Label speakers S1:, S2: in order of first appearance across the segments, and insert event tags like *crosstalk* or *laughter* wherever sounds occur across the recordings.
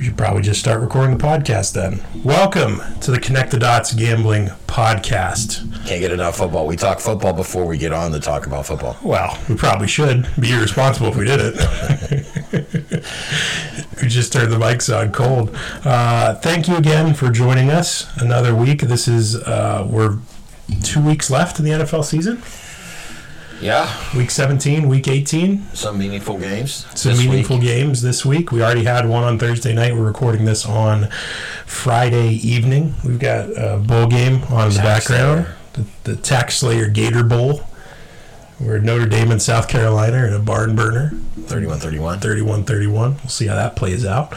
S1: should probably just start recording the podcast then. Welcome to the Connect the Dots Gambling Podcast.
S2: Can't get enough football. We talk football before we get on to talk about football.
S1: Well, we probably should be irresponsible if we did it. *laughs* we just turned the mics on cold. Uh, thank you again for joining us another week. This is uh, we're two weeks left in the NFL season.
S2: Yeah,
S1: Week 17, week 18.
S2: some meaningful games.
S1: Some
S2: this
S1: meaningful
S2: week.
S1: games this week. We already had one on Thursday night. We're recording this on Friday evening. We've got a bowl game on the
S2: Tax
S1: background,
S2: Slayer.
S1: the, the Tax Slayer Gator Bowl. We're at Notre Dame and South Carolina in a barn burner,
S2: 31 31.
S1: 31-31. We'll see how that plays out.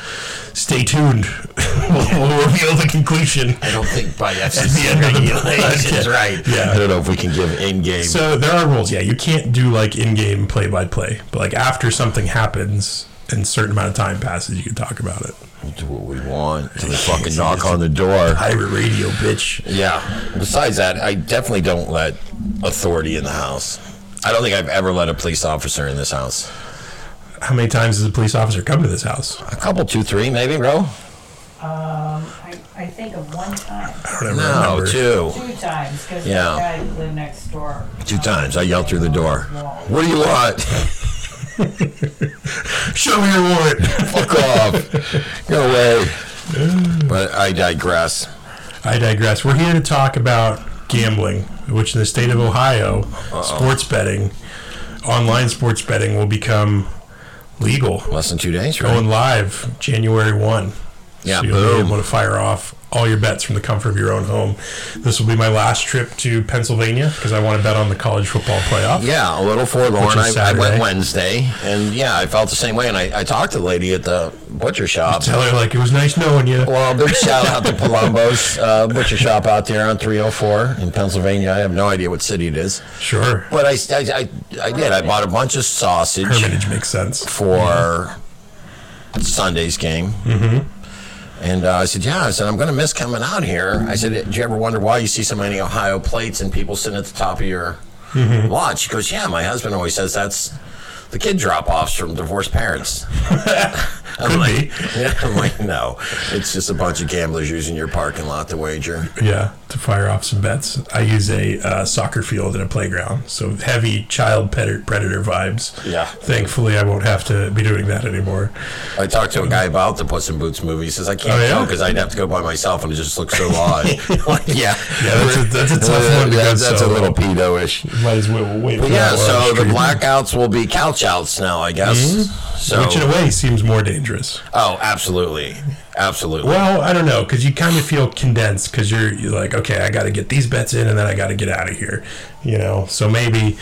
S1: Stay tuned. *laughs* we'll, we'll reveal the conclusion.
S2: I don't
S1: *laughs*
S2: think by
S1: the
S2: FCC
S1: end of the
S2: regulations,
S1: podcast. *laughs*
S2: right?
S1: Yeah.
S2: I don't know if we can give in game.
S1: So there are rules. Yeah, you can't do like in-game play-by-play, but like after something happens and a certain amount of time passes, you can talk about it.
S2: we'll do what we want till they *laughs* fucking knock on the door. *laughs*
S1: Pirate radio, bitch.
S2: Yeah. Besides that, I definitely don't let authority in the house. I don't think I've ever let a police officer in this house.
S1: How many times does a police officer come to this house?
S2: A couple, two, three, maybe, bro.
S3: Um, I, I think of one time,
S1: I don't ever
S2: No,
S1: remember.
S2: two,
S3: two times, because
S2: Yeah.
S3: the guy lived next door.
S2: two times. I yelled through the door. What do you want?
S1: Show me your warrant. *laughs*
S2: Fuck off. Go away. But I digress.
S1: I digress. We're here to talk about gambling, which in the state of Ohio, sports betting, online sports betting will become legal.
S2: Less than two days, right?
S1: Going live January 1.
S2: Yeah,
S1: So you'll be
S2: boom.
S1: able to fire off all your bets from the comfort of your own home. This will be my last trip to Pennsylvania because I want to bet on the college football playoff.
S2: Yeah, a little forlorn.
S1: Which
S2: I,
S1: is
S2: I
S1: Saturday.
S2: went Wednesday, and yeah, I felt the same way. And I, I talked to the lady at the butcher shop.
S1: Tell her, like, it was nice knowing you.
S2: Well, big shout out to Palombo's uh, butcher shop out there on 304 in Pennsylvania. I have no idea what city it is,
S1: Sure.
S2: but I, I, I, I did. I bought a bunch of sausage
S1: Hermitage makes sense.
S2: for Sunday's game.
S1: Mm-hmm.
S2: And uh, I said, yeah, I said, I'm going to miss coming out here. I said, do you ever wonder why you see so many Ohio plates and people sitting at the top of your
S1: Mm-hmm.
S2: lot? She goes, yeah, my husband always says that's the kid drop offs from divorced parents.
S1: *laughs* Could be.
S2: *laughs* I'm like, no, it's just a bunch of gamblers using your parking lot to wager.
S1: Yeah, to fire off some bets. I use a uh, soccer field and a playground, so heavy child ped- predator vibes.
S2: Yeah.
S1: Thankfully, I won't have to be doing that anymore.
S2: I talked to a guy about the Puss in Boots movie. He says, I can't
S1: Oh,
S2: go
S1: yeah?
S2: because I'd have to go by myself and it just looks so odd.
S1: *laughs*
S2: like, yeah.
S1: Yeah, that's a- that's a tough one to go
S2: That's, that's a
S1: solo.
S2: little pedo ish.
S1: Might as well wait. for
S2: Yeah,
S1: that one.
S2: so the blackouts will be couch outs now, I guess.
S1: *laughs*
S2: So,
S1: Mm-hmm. Which in a way seems more dangerous.
S2: oh, absolutely, absolutely.
S1: Well, I don't know, because you kind of feel condensed, because you're, you're like, okay, I got to get these bets in, and then I got to get out of here, you know. So maybe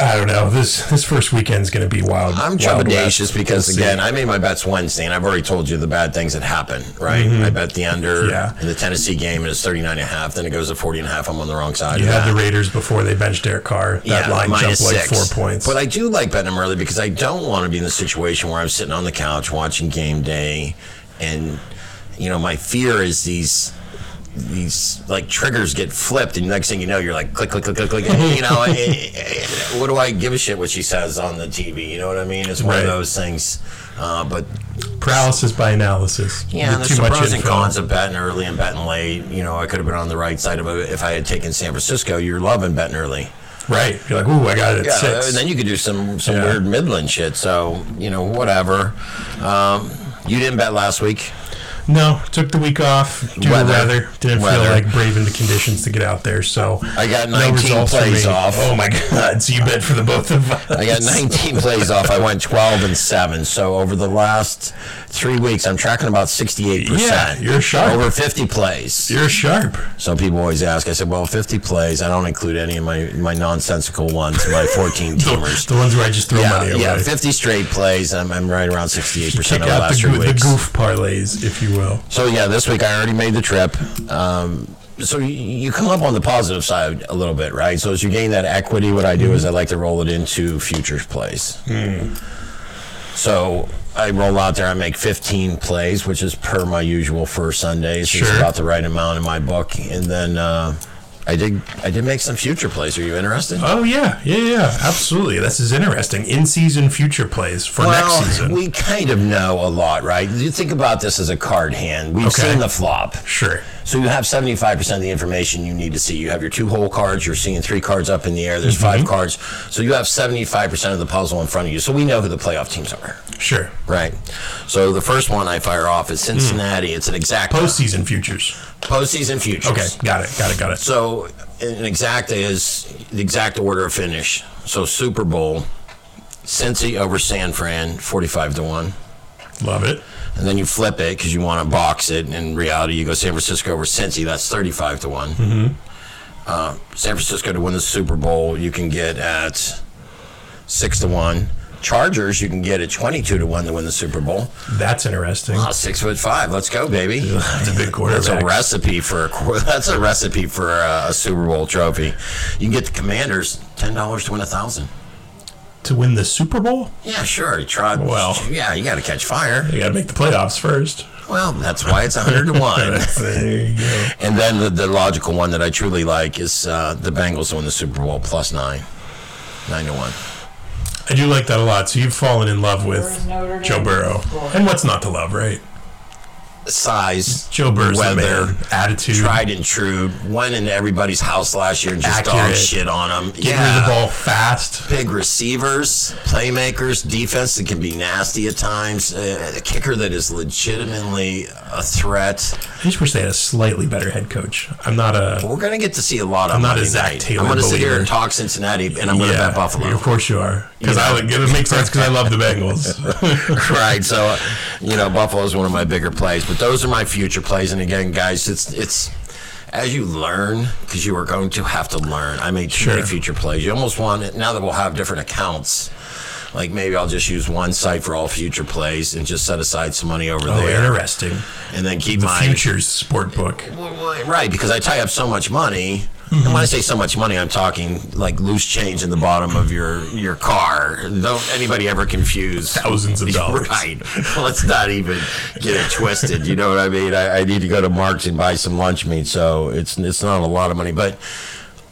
S1: I don't know. This this first weekend's going to be wild.
S2: I'm
S1: wild
S2: trepidatious
S1: west.
S2: because
S1: We'll see.
S2: again, I made my bets Wednesday, and I've already told you the bad things that happen. Right? I bet the under
S1: Mm-hmm. Yeah.
S2: in the Tennessee game, and it's 39 and a half. Then it goes to 40 and a half. I'm on the wrong side.
S1: You
S2: of
S1: had
S2: that.
S1: the Raiders before they benched Derek Carr. That line jumped
S2: uh, minus
S1: like
S2: six.
S1: four points.
S2: But I do like betting them early because I don't want to be in the situation where I'm sitting on the couch watching game day, and you know my fear is these these like triggers get flipped, and next thing you know you're like click click click
S1: *laughs*
S2: click click. you know, eh, eh, eh, what do I give a shit what she says on the TV? You know what I mean? It's one
S1: Right.
S2: of those things. Uh, but
S1: Paralysis by analysis.
S2: yeah, and
S1: Get
S2: there's the pros and cons of betting early and betting late. You know, I could have been on the right side of it if I had taken San Francisco. You're loving betting early.
S1: Right. You're like, ooh, I got it at
S2: Yeah,
S1: six.
S2: and then you could do some some
S1: Yeah.
S2: weird Midland shit. So you know, whatever. Um, you didn't bet last week.
S1: no, took the week off due
S2: Weather.
S1: to weather. Didn't feel
S2: Weather.
S1: like braving the conditions to get out there. So
S2: I got
S1: no
S2: 19
S1: results for
S2: plays
S1: me.
S2: off.
S1: Oh my god! So you bet for the both of us.
S2: I
S1: *laughs*
S2: got 19 plays off. I went 12 and seven. So over the last three weeks, I'm tracking about 68 percent.
S1: Yeah, you're sharp.
S2: Over 50 plays.
S1: You're sharp.
S2: So people always ask. I said, well, 50 plays. I don't include any of my my nonsensical ones. My 14
S1: *laughs*
S2: teamers.
S1: The ones where I just throw money
S2: Yeah,
S1: away.
S2: yeah, 50 straight plays. I'm, I'm right around 68
S1: Kick
S2: percent over the
S1: out the,
S2: last three
S1: goo- the
S2: weeks.
S1: goof parlays, if you will.
S2: So yeah, this week I already made the trip. Um, so you, you come up on the positive side a little bit, right? So as you gain that equity, what I do is I like to roll it into futures plays.
S1: Hmm.
S2: So I roll out there, I make 15 plays, which is per my usual first Sundays. It's
S1: Sure.
S2: about the right amount in my book, and then. Uh, I did. I did make some future plays. Are you interested?
S1: Oh yeah, yeah, yeah, absolutely. This is interesting. In season future plays for
S2: well,
S1: next season.
S2: we kind of know a lot, right? You think about this as a card hand. We've
S1: Okay.
S2: seen the flop.
S1: sure.
S2: So you have 75% of the information you need to see. You have your two whole cards, you're seeing three cards up in the air, there's five
S1: Mm-hmm.
S2: cards. So you have 75% of the puzzle in front of you. So we know who the playoff teams are.
S1: Sure.
S2: Right. So the first one I fire off is Cincinnati. It's an exact
S1: Mm. Postseason futures.
S2: postseason futures.
S1: Okay, got it, got it, got it.
S2: So an exact is the exact order of finish. So Super Bowl, Cincy over San Fran, 45 to 1.
S1: Love it.
S2: And then you flip it because you want to box it. And in reality, you go San Francisco over Cincy. That's 35 to one
S1: Mm-hmm.
S2: Uh, San Francisco to win the Super Bowl, you can get at 6 to 1. Chargers, you can get at 22 to 1 to win the Super Bowl.
S1: That's interesting.
S2: Ah, six foot five. Let's go, baby.
S1: *laughs* That's a big quarterback.
S2: *laughs* That's a recipe for a qu- *laughs* that's a recipe for a, a Super Bowl trophy. You can get the Commanders ten dollars to win a thousand.
S1: to win the Super Bowl,
S2: Yeah, sure. You try.
S1: Well.
S2: yeah, you got to catch fire.
S1: you got to make the playoffs first.
S2: Well, that's why it's hundred to
S1: *laughs*
S2: one.
S1: there you go.
S2: And then the, the logical one that I truly like is uh, the Bengals win the Super Bowl plus nine. Nine to one.
S1: I do like that a lot. So you've fallen in love with
S3: Where's Notre Dame?
S1: Joe Burrow, and what's not to love, right?
S2: Size.
S1: Joe Burrow's the
S2: Weather.
S1: man. Attitude.
S2: Tried and true. Went into everybody's house last year and just dog
S1: Accurate.
S2: shit on them.
S1: Getting rid of the ball fast.
S2: big receivers, playmakers, defense that can be nasty at times, uh, a kicker that is legitimately a threat.
S1: I just wish they had a slightly better head coach. I'm not a.
S2: We're going to get to see a lot of
S1: I'm not
S2: Monday
S1: a Zach
S2: night.
S1: Taylor
S2: I'm to sit here
S1: believer.
S2: and talk Cincinnati, and I'm going to bet
S1: Of
S2: Buffalo.
S1: course you are, because
S2: You
S1: I
S2: know.
S1: would. It makes sense because I love the
S2: *laughs*
S1: Bengals.
S2: right. So, uh, you know, Buffalo is one of my bigger plays, but those are my future plays. And again, guys, it's it's as you learn because you are going to have to learn. I made too many
S1: Sure.
S2: future plays. You almost want it now that we'll have different accounts. Like maybe I'll just use one site for all future plays and just set aside some money over
S1: oh,
S2: there.
S1: interesting.
S2: and then keep
S1: The
S2: my
S1: futures sport book.
S2: Well, well, right because I tie up so much money. And when I say so much money, I'm talking like loose change in the bottom of your your car. Don't anybody ever confuse
S1: Thousands of dollars.
S2: *laughs* Right? Let's not even get it twisted. You know what I mean? I, I need to go to Mark's and buy some lunch meat, so it's it's not a lot of money, but.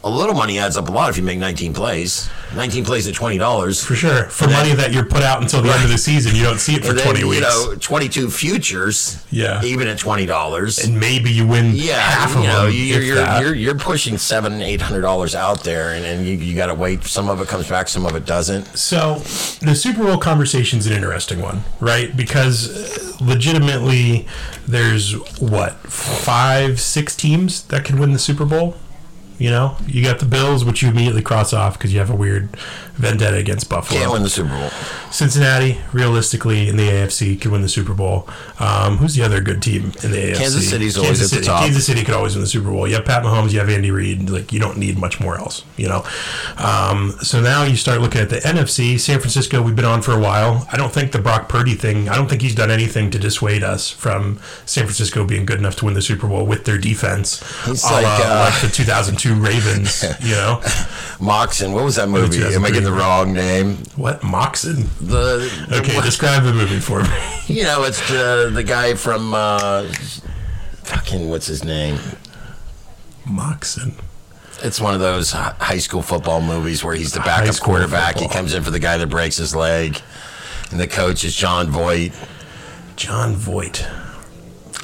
S2: A little money adds up a lot if you make 19 plays. 19 plays at twenty dollars
S1: For sure. For
S2: And then-
S1: money that you're put out until the end of the season, you don't see it for
S2: and then,
S1: 20
S2: you
S1: weeks.
S2: know, 22 futures.
S1: Yeah.
S2: even at twenty dollars.
S1: and maybe you win
S2: Yeah,
S1: half
S2: you
S1: of
S2: know,
S1: them.
S2: you're
S1: if
S2: you're,
S1: that.
S2: you're you're pushing seven, eight hundred dollars out there, and, and you, you got to wait. Some of it comes back, some of it doesn't.
S1: So the Super Bowl conversation's an interesting one, right? Because uh, legitimately, there's what five, six teams that could win the Super Bowl. You know, you got the Bills, which you immediately cross off because you have a weird vendetta against Buffalo.
S2: Can't win the Super Bowl.
S1: Cincinnati, realistically, in the AFC, could win the Super Bowl. Um, who's the other good team in the AFC?
S2: Kansas City's always at the
S1: City,
S2: top.
S1: Kansas City could always win the Super Bowl. You have Pat Mahomes, you have Andy Reid. Like you don't need much more else, you know. Um, so now you start looking at the NFC. San Francisco, we've been on for a while. I don't think the Brock Purdy thing. I don't think he's done anything to dissuade us from San Francisco being good enough to win the Super Bowl with their defense,
S2: He's
S1: a la,
S2: like, uh,
S1: like the 2002
S2: *laughs*
S1: Ravens. you know
S2: Moxon, what was that movie? Am I getting the wrong name?
S1: what Moxon?
S2: The, the
S1: Okay,
S2: one-
S1: describe the movie for me.
S2: *laughs*
S1: *laughs*
S2: you know, it's the the guy from uh, fucking what's his name?
S1: Moxon.
S2: It's one of those hi- high school football movies where he's the
S1: High
S2: backup
S1: school
S2: quarterback. He
S1: football.
S2: comes in for the guy that breaks his leg, and the coach is John Voight.
S1: John Voight.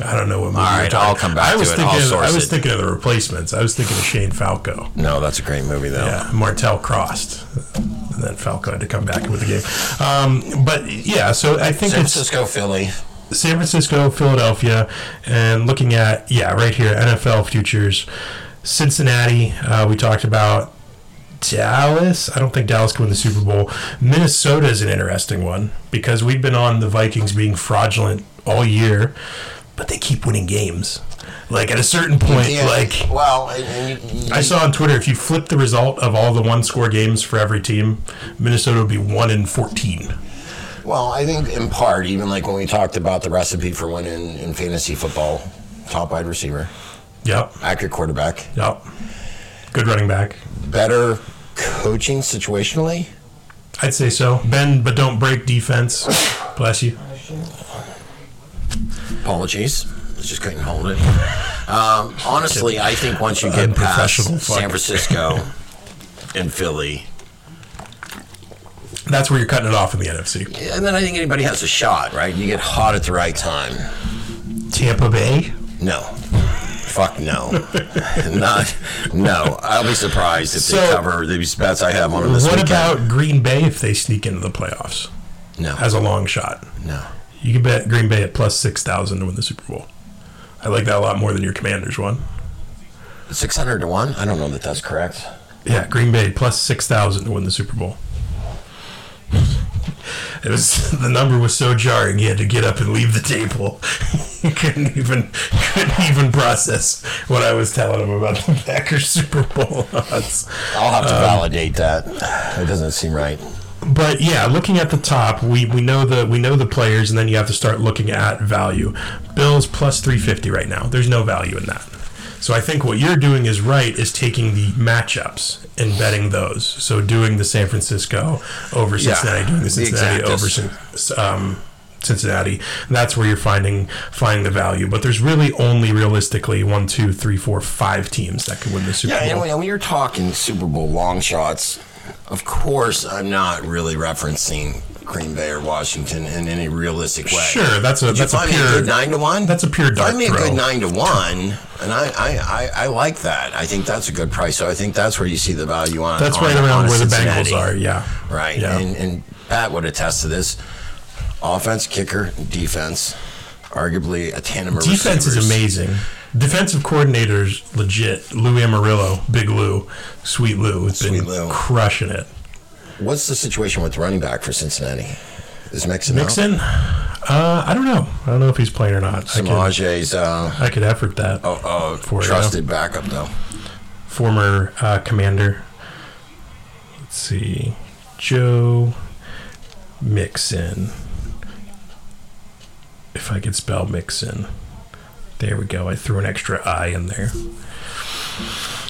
S1: I don't know what movie.
S2: All
S1: you're
S2: right,
S1: talking-
S2: I'll come back
S1: I
S2: to
S1: was
S2: it.
S1: Thinking
S2: I'll
S1: of, I
S2: source
S1: was
S2: it.
S1: thinking of the replacements. I was thinking of Shane Falco.
S2: No, that's a great movie though.
S1: Yeah, Martel crossed, and then Falco had to come back with the game. Um, but yeah, so I think
S2: San
S1: it's
S2: Francisco, Philly.
S1: San Francisco, Philadelphia, and looking at yeah, right here NFL futures. Cincinnati, uh, we talked about. Dallas, I don't think Dallas can win the Super Bowl. Minnesota is an interesting one because we've been on the Vikings being fraudulent all year, but they keep winning games. Like at a certain point, *laughs*
S2: Yeah,
S1: like
S2: well, and- and you-
S1: I saw on Twitter, if you flip the result of all the one-score games for every team, Minnesota would be one in fourteen.
S2: Well, I think in part, even like when we talked about the recipe for winning in fantasy football, top wide receiver,
S1: Yep,
S2: accurate quarterback,
S1: yep. Good running back.
S2: better coaching situationally.
S1: I'd say so. Bend but don't break defense. Bless you.
S2: Apologies. Let's just couldn't hold it. Um, honestly, I think once you get past
S1: Unprofessional fuck.
S2: San Francisco and Philly,
S1: That's where you're cutting it off in the NFC.
S2: and then I think anybody has a shot, right? You get hot at the right time.
S1: Tampa Bay.
S2: No. Fuck no. *laughs* Not no. I'll be surprised if they
S1: So-
S2: cover these bets I have on them this
S1: what
S2: weekend.
S1: about Green Bay if they sneak into the playoffs
S2: no.
S1: as a long shot?
S2: no.
S1: You can bet Green Bay at plus six thousand to win the Super Bowl. I like that a lot more than your Commanders one.
S2: 600 to 1? I don't know that that's correct.
S1: Yeah, Green Bay plus six thousand to win the Super Bowl. It was the number was so jarring you had to get up and leave the table. you couldn't even couldn't even process what I was telling him about the Packers Super Bowl odds.
S2: I'll have to validate that. It doesn't seem right.
S1: But yeah, looking at the top, we, we know the we know the players, and then you have to start looking at value. Bills plus three fifty right now. There's no value in that. So I think what you're doing is right is taking the matchups and betting those. So doing the San Francisco over
S2: Yeah,
S1: Cincinnati, doing the
S2: the
S1: Cincinnati
S2: exactus.
S1: over Cin- um, Cincinnati. That's where you're finding finding the value. But there's really only realistically one, two, three, four, five teams that could win the Super
S2: Yeah, and
S1: Bowl.
S2: when, when you're talking Super Bowl long shots, of course I'm not really referencing Green Bay or Washington in any realistic way.
S1: Sure, that's a
S2: Did you
S1: that's a
S2: find me a
S1: pure
S2: good nine to one.
S1: that's a pure dark
S2: Find me a
S1: throw.
S2: good nine to one, and I, I, I, I like that. I think that's a good price. So I think that's where you see the value on.
S1: That's
S2: on-
S1: right
S2: on
S1: around
S2: a
S1: where the
S2: Cincinnati.
S1: Bengals are. Yeah.
S2: Right,
S1: Yeah.
S2: and, and Pat would attest to this. Offense, kicker, defense, arguably a tandem. of
S1: Defense is
S2: receivers.
S1: amazing. Defensive coordinators, legit. Lou Amarillo, Big Lou, Sweet Lou, has been
S2: Sweet Lou.
S1: crushing it.
S2: What's the situation with running back for Cincinnati? Is Mixon out?
S1: Mixon, uh, I don't know. I don't know if he's playing or not. I could,
S2: Samaje's uh,
S1: I could effort that.
S2: oh, oh,
S1: For you.
S2: trusted backup, though.
S1: Former uh, commander. Let's see. Joe Mixon. If I could spell Mixon. There we go. I threw an extra I in there.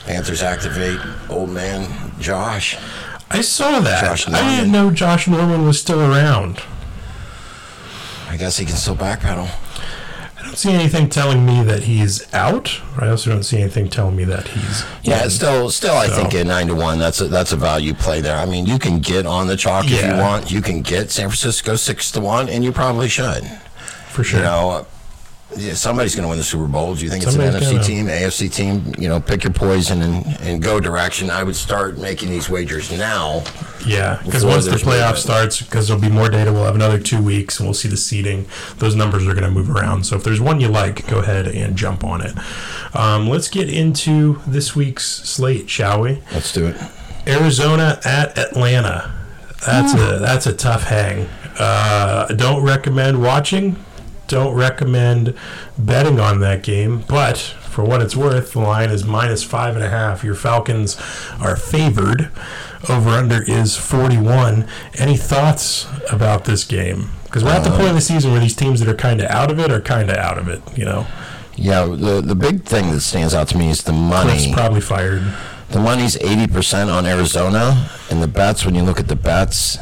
S2: Panthers activate old man Josh.
S1: I saw that.
S2: Josh
S1: I
S2: Norman.
S1: didn't know Josh Norman was still around.
S2: I guess he can still backpedal.
S1: I don't see anything telling me that he's out. I also don't see anything telling me that he's.
S2: Yeah, it's still, still, I
S1: So-
S2: think at nine to one, that's a, that's a value play there. I mean, you can get on the chalk if you
S1: Yeah.
S2: want. You can get San Francisco six to one, and you probably should.
S1: for sure.
S2: You know, uh, yeah, somebody's going to win the Super Bowl. Do you think it's an
S1: Somebody's
S2: NFC
S1: gonna.
S2: team, AFC team? You know, pick your poison and, and go direction. I would start making these wagers now.
S1: Yeah, because
S2: Before
S1: once the
S2: there's
S1: playoff
S2: movement.
S1: starts, because there'll be more data, we'll have another two weeks, and we'll see the seeding. Those numbers are going to move around. So if there's one you like, go ahead and jump on it. Um, let's get into this week's slate, shall we?
S2: Let's do it.
S1: Arizona at Atlanta. That's a that's a tough hang. Uh, don't recommend watching. Don't recommend betting on that game. But for what it's worth, the line is minus five and a half. Your Falcons are favored. Over under is forty one. Any thoughts about this game? Because we're at the point of the season where these teams that are kind of out of it are kind of out of it. You know,
S2: Yeah, the the big thing that stands out to me is the
S1: Cliff's
S2: money.
S1: probably fired.
S2: the money's eighty percent on Arizona, and the bets. When you look at the bets,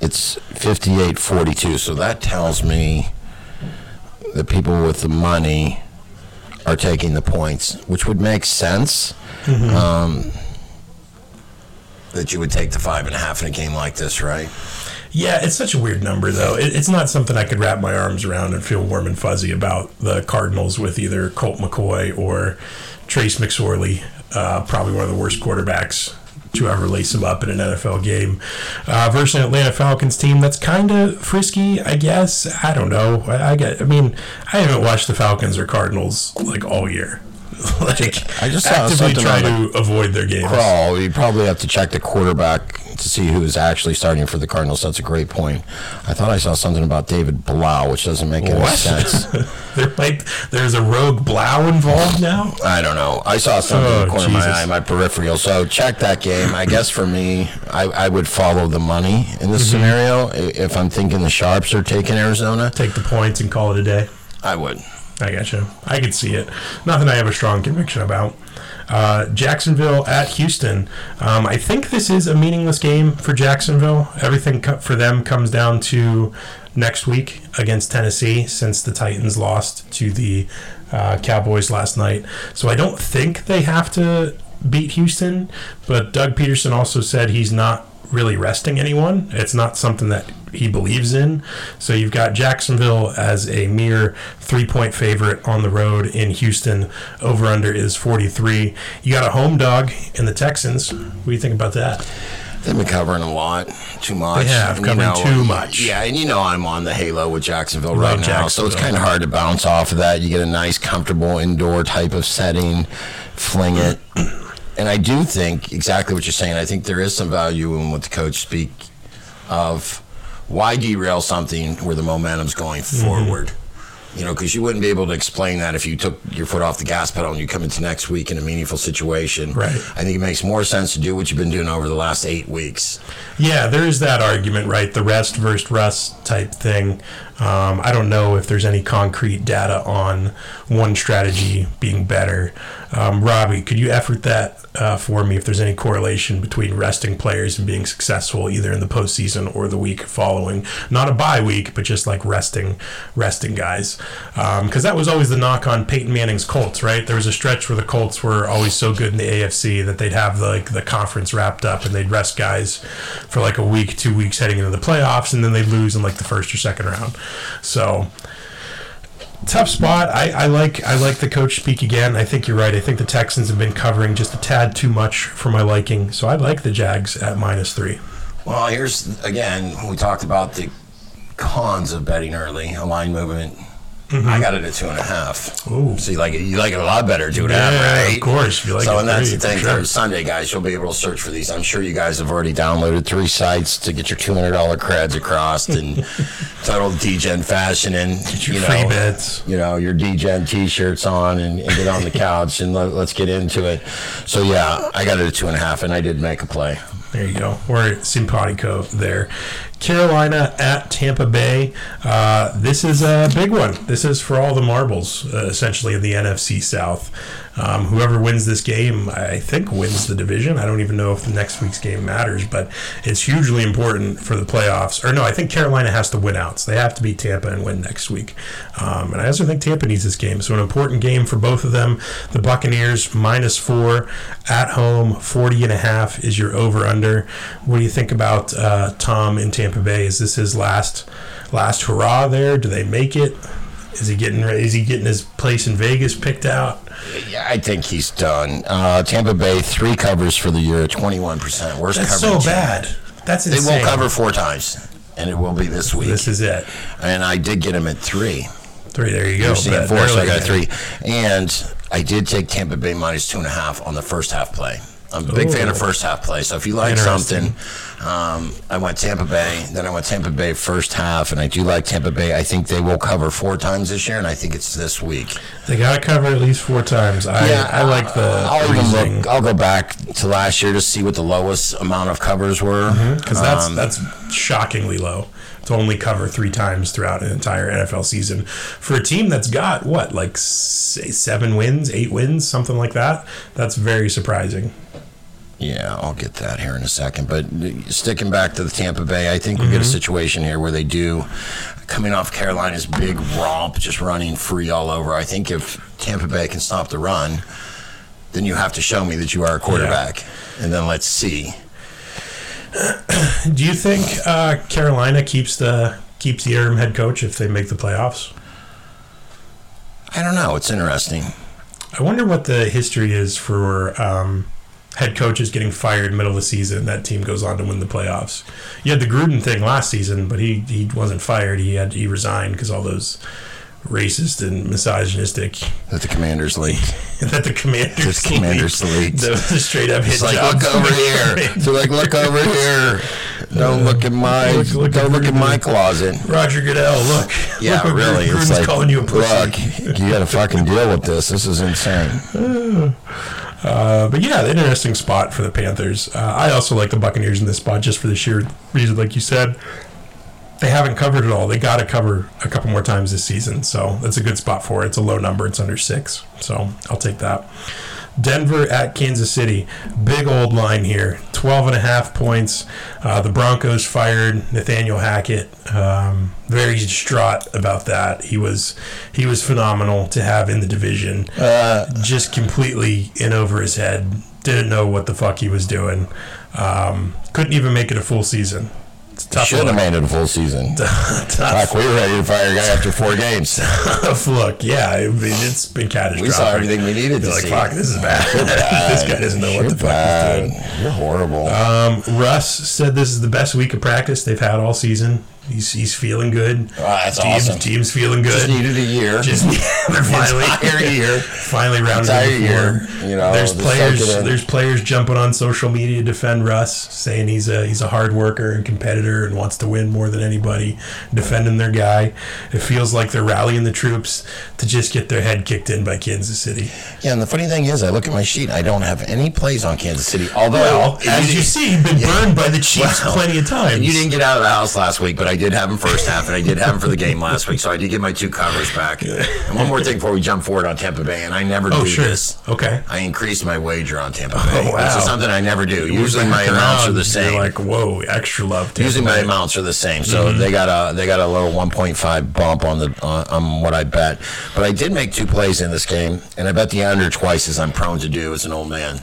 S2: it's 58-42. So that tells me the people with the money are taking the points, which would make sense. Um, that you would take the five and a half in a game like this, right?
S1: Yeah, it's such a weird number, though. It, it's not something I could wrap my arms around and feel warm and fuzzy about the Cardinals with either Colt McCoy or Trace McSorley, uh, probably one of the worst quarterbacks to ever lace him up in an NFL game, uh, versus an Atlanta Falcons team that's kind of frisky, I guess. I don't know. I, I get. I mean, I haven't watched the Falcons or Cardinals like all year. *laughs* like
S2: I just saw
S1: actively
S2: something
S1: try
S2: on
S1: to avoid their games.
S2: Crawl. You probably have to check the quarterback to see who is actually starting for the Cardinals. That's a great point. I thought I saw something about David Blau, which doesn't make any
S1: What?
S2: sense.
S1: There might there's a rogue Blau involved now.
S2: I don't know. I saw something in
S1: Oh,
S2: the corner of
S1: Jesus.
S2: my eye, my peripheral. So check that game. I guess for me, I, I would follow the money in this
S1: Mm-hmm.
S2: scenario. I- If I'm thinking the sharps are taking Arizona,
S1: Take the points and call it a day.
S2: I would.
S1: I gotcha. I could see it. Nothing I have a strong conviction about. Uh, Jacksonville at Houston. Um, I think this is a meaningless game for Jacksonville. Everything co- for them comes down to next week against Tennessee since the Titans lost to the uh, Cowboys last night. So I don't think they have to beat Houston, but Doug Peterson also said he's not really resting anyone. It's not something that he believes in. So you've got Jacksonville as a mere three point favorite on the road in Houston. Over under is 43. You got a home dog in the Texans. What do you think about that?
S2: They've been covering a lot, too much.
S1: They have,
S2: And
S1: covering too much.
S2: Yeah, and you know I'm on the halo with Jacksonville right now, so it's
S1: Jacksonville.
S2: kind of hard to bounce off of that. You get a nice, comfortable indoor type of setting, fling it. *clears throat* And I do think exactly what you're saying. I think there is some value in what the coach speak of. Why derail something where the momentum's going forward? You know, because you wouldn't be able to explain that if you took your foot off the gas pedal and you come into next week in a meaningful situation.
S1: Right.
S2: I think it makes more sense to do what you've been doing over the last eight weeks.
S1: Yeah, there is that argument, right? The rest versus rust type thing. Um, I don't know if there's any concrete data on one strategy being better. Um, Robbie, could you effort that uh, for me if there's any correlation between resting players and being successful either in the postseason or the week following? Not a bye week, but just like resting, resting guys. Because that was always the knock on Peyton Manning's Colts, right? There was a stretch where the Colts were always so good in the AFC that they'd have the, like the conference wrapped up and they'd rest guys for like a week, two weeks heading into the playoffs, and then they'd lose in like the first or second round. So tough spot. I, I like I like the coach speak again. I think you're right. I think the Texans have been covering just a tad too much for my liking. So I like the Jags at minus three.
S2: Well, here's again, we talked about the cons of betting early, a line movement. I got it at two and a half.
S1: Mm-hmm. Ooh.
S2: So you like it, you like it a lot better, two and a half, right?
S1: of course. You like
S2: so,
S1: it
S2: and that's
S1: three,
S2: the thing
S1: for sure.
S2: for Sunday, guys. You'll be able to search for these. I'm sure you guys have already downloaded three sites to get your $200 creds across and
S1: *laughs*
S2: total DGen fashion and,
S1: Your
S2: you know,
S1: free bets.
S2: you know your DGen t-shirts on and, and get
S1: *laughs*
S2: on the couch and let, let's get into it. So yeah, I got it at two and a half, and I did make a play.
S1: There you go. We're at simpatico there. Carolina at Tampa Bay. Uh, this is a big one. This is for all the marbles, uh, essentially, in the NFC South. Um, whoever wins this game, I think, wins the division. I don't even know if the next week's game matters, but it's hugely important for the playoffs. Or, no, I think Carolina has to win out. So they have to beat Tampa and win next week. Um, and I also think Tampa needs this game. So, an important game for both of them. The Buccaneers, minus four at home, 40 and a half is your over under. What do you think about uh, Tom in Tampa Bay? Is this his last last hurrah there? Do they make it? Is he getting re- is he getting his place in Vegas picked out?
S2: Yeah, I think he's done. Uh, Tampa Bay three covers for the year, twenty one percent. Worst
S1: That's so
S2: coverage.
S1: bad. That's
S2: They
S1: insane.
S2: won't cover four times, and it will be this week.
S1: This is it.
S2: and I did get him at three.
S1: Three. There you go.
S2: You're seeing
S1: Bet
S2: four, so I
S1: early
S2: got
S1: there.
S2: three. And I did take Tampa Bay minus two and a half on the first half play. I'm a big
S1: Ooh.
S2: fan of first half play. So if you like something,
S1: Interesting.
S2: um, I went Tampa Bay. Then I went Tampa Bay first half, and I do like Tampa Bay. I think they will cover four times this year, and I think it's this week.
S1: They got to cover at least four times. I, I like the
S2: I'll even
S1: reasoning.
S2: look. I'll go back to last year to see what the lowest amount of covers were.
S1: because Mm-hmm, that's
S2: Um,
S1: that's shockingly low to only cover three times throughout an entire NFL season for a team that's got what like s- seven wins, eight wins, something like that. That's very surprising.
S2: Yeah, I'll get that here in a second. But sticking back to the Tampa Bay, I think we
S1: Mm-hmm.
S2: get a situation here where they do coming off Carolina's big romp, just running free all over. I think if Tampa Bay can stop the run, then you have to show me that you are a quarterback, and then let's see.
S1: Do you think uh, Carolina keeps the keeps the interim head coach if they make the playoffs?
S2: I don't know. It's interesting.
S1: I wonder what the history is for um, head coaches getting fired middle of the season. That team goes on to win the playoffs. You had the Gruden thing last season, but he, he wasn't fired. He had he resigned because all those racist and misogynistic *laughs*
S2: That the Commanders leak.
S1: that the commanders
S2: The Commanders
S1: *laughs*
S2: leaked.
S1: That was a straight up hit
S2: It's like
S1: job.
S2: look over here.
S1: *laughs*
S2: It's like look over here. Don't look at my
S1: Look- look at
S2: don't look at
S1: Ruben. *laughs*
S2: my closet.
S1: Roger Goodell, look.
S2: Yeah,
S1: look what
S2: really.
S1: Gruden's
S2: It's like,
S1: calling you a pussy.
S2: look, you got to fucking deal with this. This
S1: *laughs*
S2: is insane.
S1: Uh, but yeah, interesting spot for the Panthers. Uh, I also like the Buccaneers in this spot just for the sheer reason, like you said, they haven't covered it all. They got to cover a couple more times this season, so that's a good spot for it. It's a low number. It's under six, so I'll take that. Denver at Kansas City. Big old line here. 12 and a half points. Uh, the Broncos fired Nathaniel Hackett. Um, very distraught about that. He was he was phenomenal to have in the division.
S2: Uh,
S1: Just completely in over his head. Didn't know what the fuck he was doing. Um, couldn't even make it a full season. It's a tough
S2: Should have
S1: look.
S2: made it a full season.
S1: tough
S2: Fuck, we were ready to fire a guy after four
S1: *laughs*
S2: games. *laughs*
S1: tough look. Yeah, I mean, it's been catastrophic.
S2: We saw everything we needed to
S1: They're like,
S2: see.
S1: fuck, this is bad. *laughs* this guy doesn't know what
S2: You're
S1: the fuck he's doing.
S2: bad. You're horrible.
S1: Um, Russ said this is the best week of practice they've had all season. He's, he's feeling good.
S2: Wow, that's
S1: team's,
S2: awesome.
S1: Team's feeling
S2: Just
S1: good.
S2: needed a year.
S1: uh, *laughs* Just they're finally
S2: *laughs* Entire year.
S1: *laughs* Finally rounded
S2: Entire
S1: the floor.
S2: year, you know,
S1: there's
S2: the
S1: players.
S2: circuit.
S1: There's players jumping on social media to defend Russ, saying he's a he's a hard worker and competitor and wants to win more than anybody, defending their guy. It feels like they're rallying the troops to just get their head kicked in by Kansas City.
S2: yeah, and the funny thing is, I look at my sheet. I don't have any plays on Kansas City. Although,
S1: Well,
S2: you
S1: as
S2: did-
S1: you see, you've been
S2: Yeah.
S1: burned by the Chiefs
S2: Well,
S1: plenty of times.
S2: You didn't get out of the house last week, but I did have him first half, and I did have him for the game last week, so I did get my two covers back. And one more thing before we jump forward on Tampa Bay, and I never
S1: Oh,
S2: do
S1: sure.
S2: this.
S1: Okay.
S2: I increased my wager on Tampa Bay, which
S1: wow.
S2: is something I never do. Usually my
S1: Around,
S2: amounts are
S1: *laughs*
S2: the
S1: you're
S2: same.
S1: oh, like, whoa, extra love. Tampa
S2: Usually my
S1: Bay. Mm-hmm.
S2: amounts are the same, so they got a they got a little 1.5 bump on the on, on what I bet. But I did make two plays in this game, and I bet the under twice as I'm prone to do as an old man,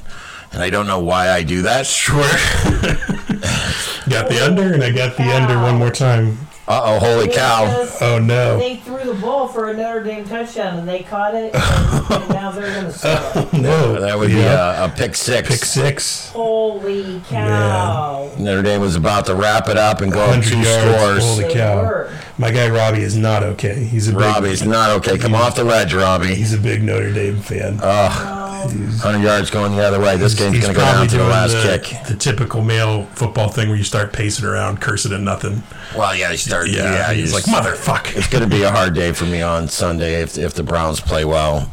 S2: and I don't know why I do that. Sure.
S1: Got the under, and I got the under one more time.
S2: Uh oh! Holy cow!
S3: Because
S1: Oh no!
S3: They threw the ball for a Notre Dame touchdown and they caught it, and, and now they're
S2: *laughs*
S3: going to score.
S1: No,
S2: That would be uh,
S1: Yeah.
S2: a, a pick six.
S1: pick six.
S3: Holy cow!
S2: Notre Dame was about to wrap it up and go up
S1: 100
S2: two
S1: yards.
S2: scores.
S1: Holy
S3: They
S1: cow!
S3: were.
S1: My guy Robbie is not okay. He's a big,
S2: Robbie's not okay. Come off the ledge, Robbie.
S1: he's a big Notre Dame fan.
S2: 100 yards going the other way. This Oh, game's
S1: he's
S2: going to go down to the
S1: doing
S2: last
S1: the,
S2: kick.
S1: the typical male football thing where you start pacing around, cursing and nothing.
S2: Well, yeah, he started. Yeah,
S1: Yeah,
S2: you
S1: he's like
S2: just-
S1: motherfucker.
S2: *laughs* It's going to be a hard day for me on Sunday if, if the Browns play well.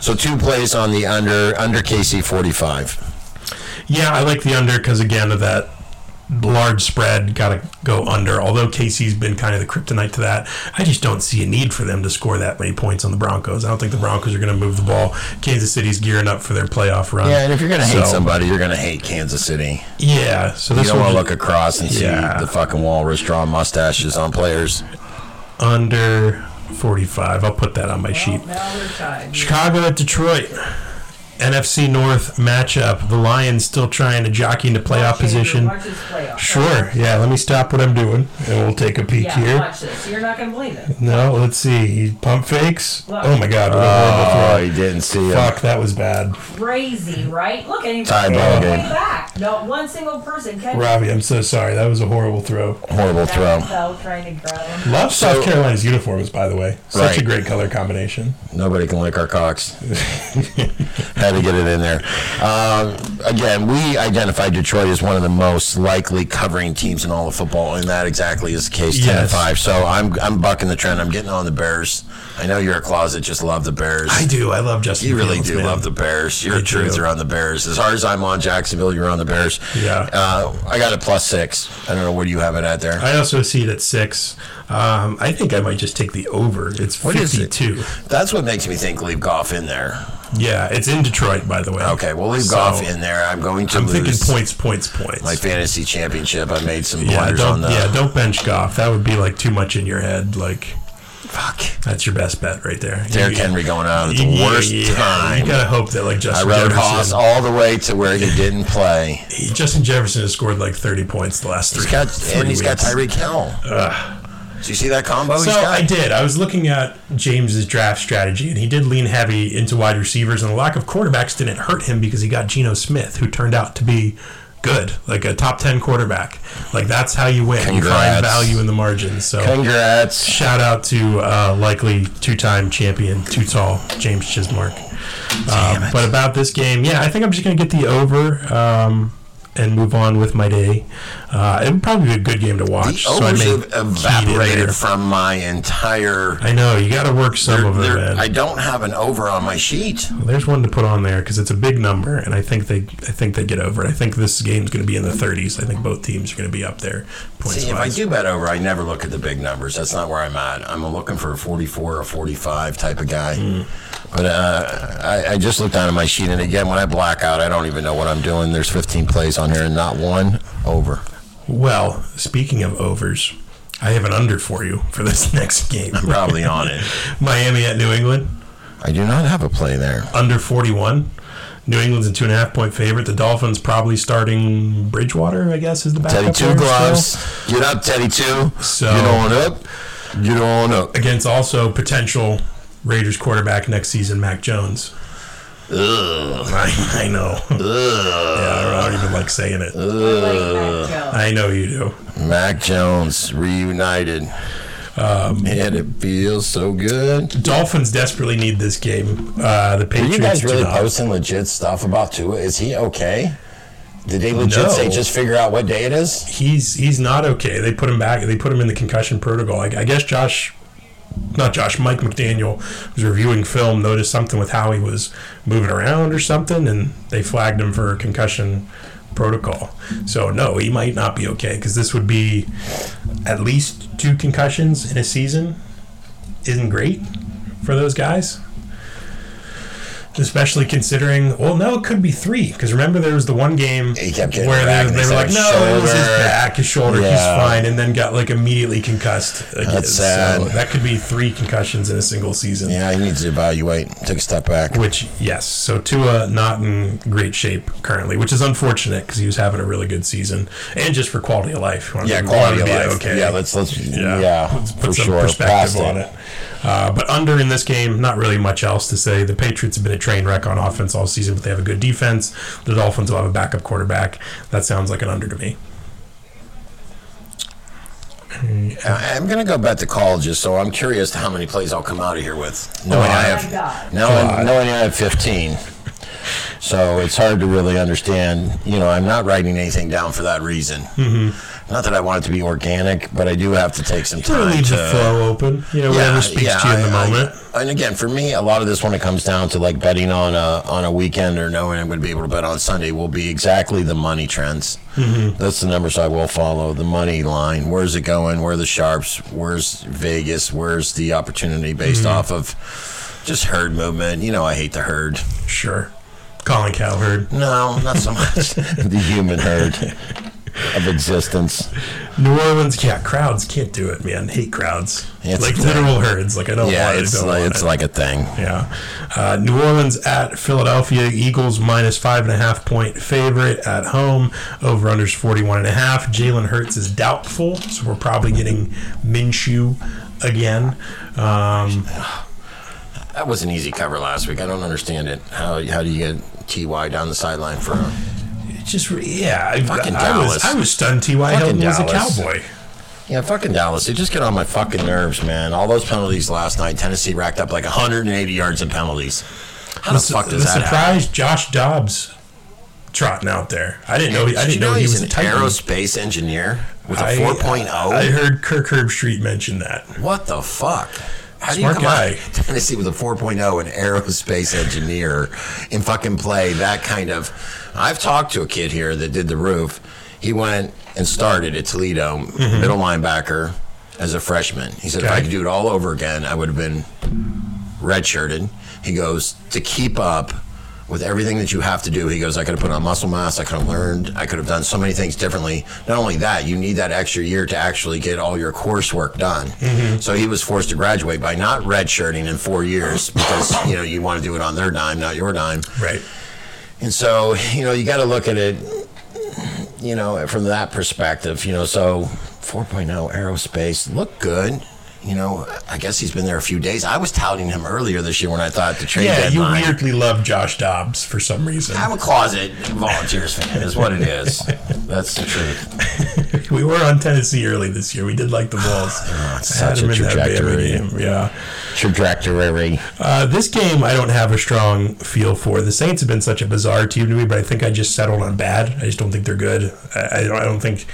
S2: So two plays on the under under KC 45.
S1: Yeah, I like the under because again of that large spread. Got to go under. Although KC's been kind of the kryptonite to that, I just don't see a need for them to score that many points on the Broncos. I don't think the Broncos are going to move the ball. Kansas City's gearing up for their playoff run.
S2: Yeah, and if you're going to hate
S1: So-
S2: somebody, you're going to hate Kansas City.
S1: yeah, so
S2: You
S1: this
S2: don't want
S1: one
S2: to look across and see
S1: Yeah.
S2: the fucking walrus drawing mustaches on players.
S1: under forty-five. I'll put that on my sheet.
S3: Well, now they're tied.
S1: Chicago at Detroit. NFC North matchup. The Lions still trying to jockey into playoff
S3: Watch Andrew,
S1: position.
S3: Watch this playoff.
S1: Sure. Yeah, let me stop what I'm doing and we'll take a peek
S3: Yeah,
S1: here.
S3: watch this. You're not going to believe it.
S1: No, let's see. He pump fakes.
S3: Look.
S1: Oh my god, what a
S2: Oh,
S1: horrible
S2: he didn't see
S1: throw.
S2: him.
S1: Fuck, that was bad.
S3: Crazy, right? Look at him.
S2: Tie ball
S3: all the way
S2: game.
S3: back. Not one single person catch
S1: Robbie, I'm so sorry. That was a horrible throw.
S2: Horrible
S3: that
S2: throw.
S3: fell trying to grab him.
S1: Love South
S2: So-
S1: Carolina's uniforms, by the way. Such a
S2: Right.
S1: great color combination.
S2: Nobody can lick our cocks. *laughs* Had to get it in there. Um, again, we identified Detroit as one of the most likely covering teams in all of football, and that exactly is the case. Ten and
S1: Yes.
S2: five. So I'm I'm bucking the trend. I'm getting on the Bears. I know you're a closet. Just love the Bears.
S1: I do. I love Justin.
S2: you really
S1: Fields,
S2: do
S1: man.
S2: love the Bears. You're a
S1: do.
S2: truther on the Bears. As hard as I'm on Jacksonville, you're on the Bears.
S1: Yeah.
S2: Uh, I got a plus six. I don't know where you have it at there.
S1: I also see it at six. Um, I think I might just take the over. It's
S2: What is it?
S1: fifty-two.
S2: That's what makes me think leave golf in there.
S1: Yeah, it's in Detroit, by the way.
S2: Okay, we'll leave
S1: So,
S2: golf in there. I'm going to
S1: I'm
S2: lose.
S1: thinking points, points, points.
S2: my fantasy championship. I made some
S1: yeah,
S2: blunders on
S1: don't
S2: the
S1: yeah, don't bench Goff. That would be like too much in your head. Like
S2: fuck.
S1: that's your best bet right there.
S2: Derrick
S1: You-
S2: Henry going out at the
S1: Yeah,
S2: worst
S1: yeah. You
S2: time.
S1: gotta hope that like
S2: I
S1: Justin
S2: rode
S1: Jefferson,
S2: Haas all the way to where he didn't play.
S1: he- Justin Jefferson has scored like thirty points the last three.
S2: He's
S1: *laughs*
S2: got
S1: three
S2: and he's got
S1: weeks.
S2: Tyreek Hill. Do you see that combo? Oh, he's
S1: So
S2: got?
S1: I did. I was looking at James's draft strategy, and he did lean heavy into wide receivers, and the lack of quarterbacks didn't hurt him because he got Geno Smith, who turned out to be good, like a top ten quarterback. Like that's how you win. You
S2: Congrats.
S1: find value in the margins. So
S2: Congrats.
S1: shout out to uh, likely two-time champion, too tall James Chismark. Uh, but about this game, yeah, I think I'm just gonna get the over. Um, and move on with my day. Uh, it would probably be a good game to watch.
S2: The
S1: so I
S2: overs
S1: may key
S2: have
S1: in there.
S2: evaporated from my entire.
S1: I know you got to work some of them.
S2: there-
S1: man.
S2: I don't have an over on my sheet.
S1: There's one to put on there because it's a big number, and I think they, I think they get over it. I think this game's going to be in the 30s. I think both teams are going to be up there points
S2: See, if I
S1: wise.
S2: do bet over, I never look at the big numbers. That's not where I'm at. I'm looking for a 44 or 45 type of guy. But uh, I, I just looked down at my sheet, and again, when I black out, I don't even know what I'm doing. There's 15 plays on here, and not one over.
S1: Well, speaking of overs, I have an under for you for this *laughs* next game.
S2: Probably on it.
S1: Miami at New England.
S2: *laughs* I do not have a play there.
S1: under 41. New England's a two and a half point favorite. The Dolphins probably starting Bridgewater, I guess, is the backup.
S2: Teddy two
S1: there still.
S2: gloves. Get up, Teddy two.
S1: So-
S2: Get on up. Get on up.
S1: Against also potential Raiders quarterback next season, Mac Jones.
S2: Ugh.
S1: *laughs* I, I know. yeah,
S2: Ugh.
S1: I don't even like saying it.
S3: I like that joke.
S1: I know you do.
S2: Mac Jones reunited. Man, it feels so good.
S1: Dolphins desperately need this game. Uh, the
S2: Are
S1: Patriots
S2: you guys
S1: do
S2: really
S1: not.
S2: posting legit stuff about Tua? Is he okay? Did they legit
S1: No.
S2: say just figure out what day it is?
S1: he's he's not okay. They put him back. They put him in the concussion protocol. I, I guess Josh, not Josh, Mike McDaniel was reviewing film, noticed something with how he was moving around or something, and they flagged him for concussion protocol. So no, he might not be okay because this would be at least two concussions in a season. Isn't great for those guys. Especially considering, well, no, it could be three. Because remember, there was the one game
S2: He kept getting
S1: where
S2: back
S1: they,
S2: and
S1: they were
S2: they said
S1: like,
S2: his
S1: no, it was his
S2: shoulder."
S1: back, his shoulder,
S2: Yeah.
S1: he's fine, and then got like immediately concussed. Again.
S2: That's sad.
S1: So that could be three concussions in a single season.
S2: Yeah, he needs to evaluate. Take a step back.
S1: Which, yes, so Tua not in great shape currently, which is unfortunate because he was having a really good season, and just for quality of life. you wanna-
S2: Yeah,
S1: you
S2: quality
S1: wanna
S2: of
S1: be
S2: life. Yeah, let's let's yeah,
S1: Let's
S2: for
S1: put some
S2: sure. Past
S1: perspective on it. Uh, but under in this game, not really much else to say. The Patriots have been a train wreck on offense all season, but they have a good defense. The Dolphins will have a backup quarterback. That sounds like an under to me.
S2: I- I'm gonna go back to colleges, so I'm curious to how many plays I'll come out of here with. Knowing I
S3: my
S2: have
S3: God.
S2: now, I- knowing I have 15, so it's hard to really understand. You know, I'm not writing anything down for that reason. Not that I want it to be organic, but I do have to take some
S1: Sort of
S2: time
S1: leaves
S2: to.
S1: the flow open. You know, whatever speaks to you in the
S2: uh, I- I-
S1: moment.
S2: and again, for me, a lot of this when it comes down to like betting on a on a weekend or knowing I'm going to be able to bet on Sunday will be exactly the money trends.
S1: Mm-hmm.
S2: That's the numbers I will follow. The money line, where's it going? Where are the sharps? Where's Vegas? Where's the opportunity based
S1: Mm-hmm.
S2: off of just herd movement? You know, I hate the herd.
S1: sure. Colin Cowherd.
S2: No, not so
S1: *laughs*
S2: much the human herd of existence.
S1: New Orleans, yeah, crowds can't do it, man. Hate crowds.
S2: It's
S1: like
S2: a-
S1: literal herds. Like I don't
S2: Yeah,
S1: want it.
S2: it's
S1: don't
S2: like,
S1: want
S2: it's
S1: it.
S2: like a thing.
S1: Yeah. Uh, New Orleans at Philadelphia. Eagles minus five and a half point favorite at home. Over unders 41 and a half. Jalen Hurts is doubtful, so we're probably getting Minshew again. Um,
S2: That was an easy cover last week. I don't understand it. How how do you get Ty down the sideline for?
S1: it just, re- yeah. I-
S2: Fucking
S1: I, was,
S2: Dallas.
S1: I was stunned T.Y. Hilton
S2: Fucking
S1: was a
S2: Dallas.
S1: cowboy.
S2: Yeah, fucking Dallas. They just get on my fucking nerves, man. All those penalties last night. Tennessee racked up like 180 yards in penalties. How the, fuck
S1: the
S2: does that happen?
S1: surprise Josh Dobbs trotting out there. I didn't know. I
S2: Did
S1: didn't
S2: you
S1: know,
S2: know
S1: he
S2: he's
S1: was
S2: an
S1: a Titan.
S2: aerospace engineer with a oh?
S1: I-
S2: 4.0?
S1: I heard Kirk Herbstreit mention that.
S2: what the fuck? How
S1: Smart
S2: out
S1: guy.
S2: of Tennessee with *laughs* a 4.0 and aerospace engineer and fucking play that kind of? I've talked to a kid here that did the roof. He went and started at Toledo, middle linebacker, as a freshman. He said if
S1: Mm-hmm.
S2: I
S1: Okay.
S2: could do it all over again, I would have been redshirted. He goes to keep up with everything that you have to do. He goes, I could have put on muscle mass. I could have learned. I could have done so many things differently. Not only that, you need that extra year to actually get all your coursework done. So he was forced to graduate by not redshirting in four years because you know you want to do it on their dime, not your dime.
S1: Right.
S2: And so, you know, you got to look at it, you know, from that perspective, you know, so 4.0 aerospace look good. You know, I guess he's been there a few days. I was touting him earlier this year when I thought the trade
S1: Yeah, you
S2: deadline.
S1: weirdly love Josh Dobbs for some reason.
S2: I'm a closet Volunteers fan, is what it is. That's the truth.
S1: we were on Tennessee early this year. We did like the Bulls.
S2: Ah, it's
S1: I had
S2: such
S1: them
S2: a
S1: in that Bama
S2: trajectory.
S1: game, Yeah.
S2: Trajectory.
S1: Uh, this game, I don't have a strong feel for. The Saints have been such a bizarre team to me, but I think I just settled on bad. I just don't think they're good. I, I, don't, I don't think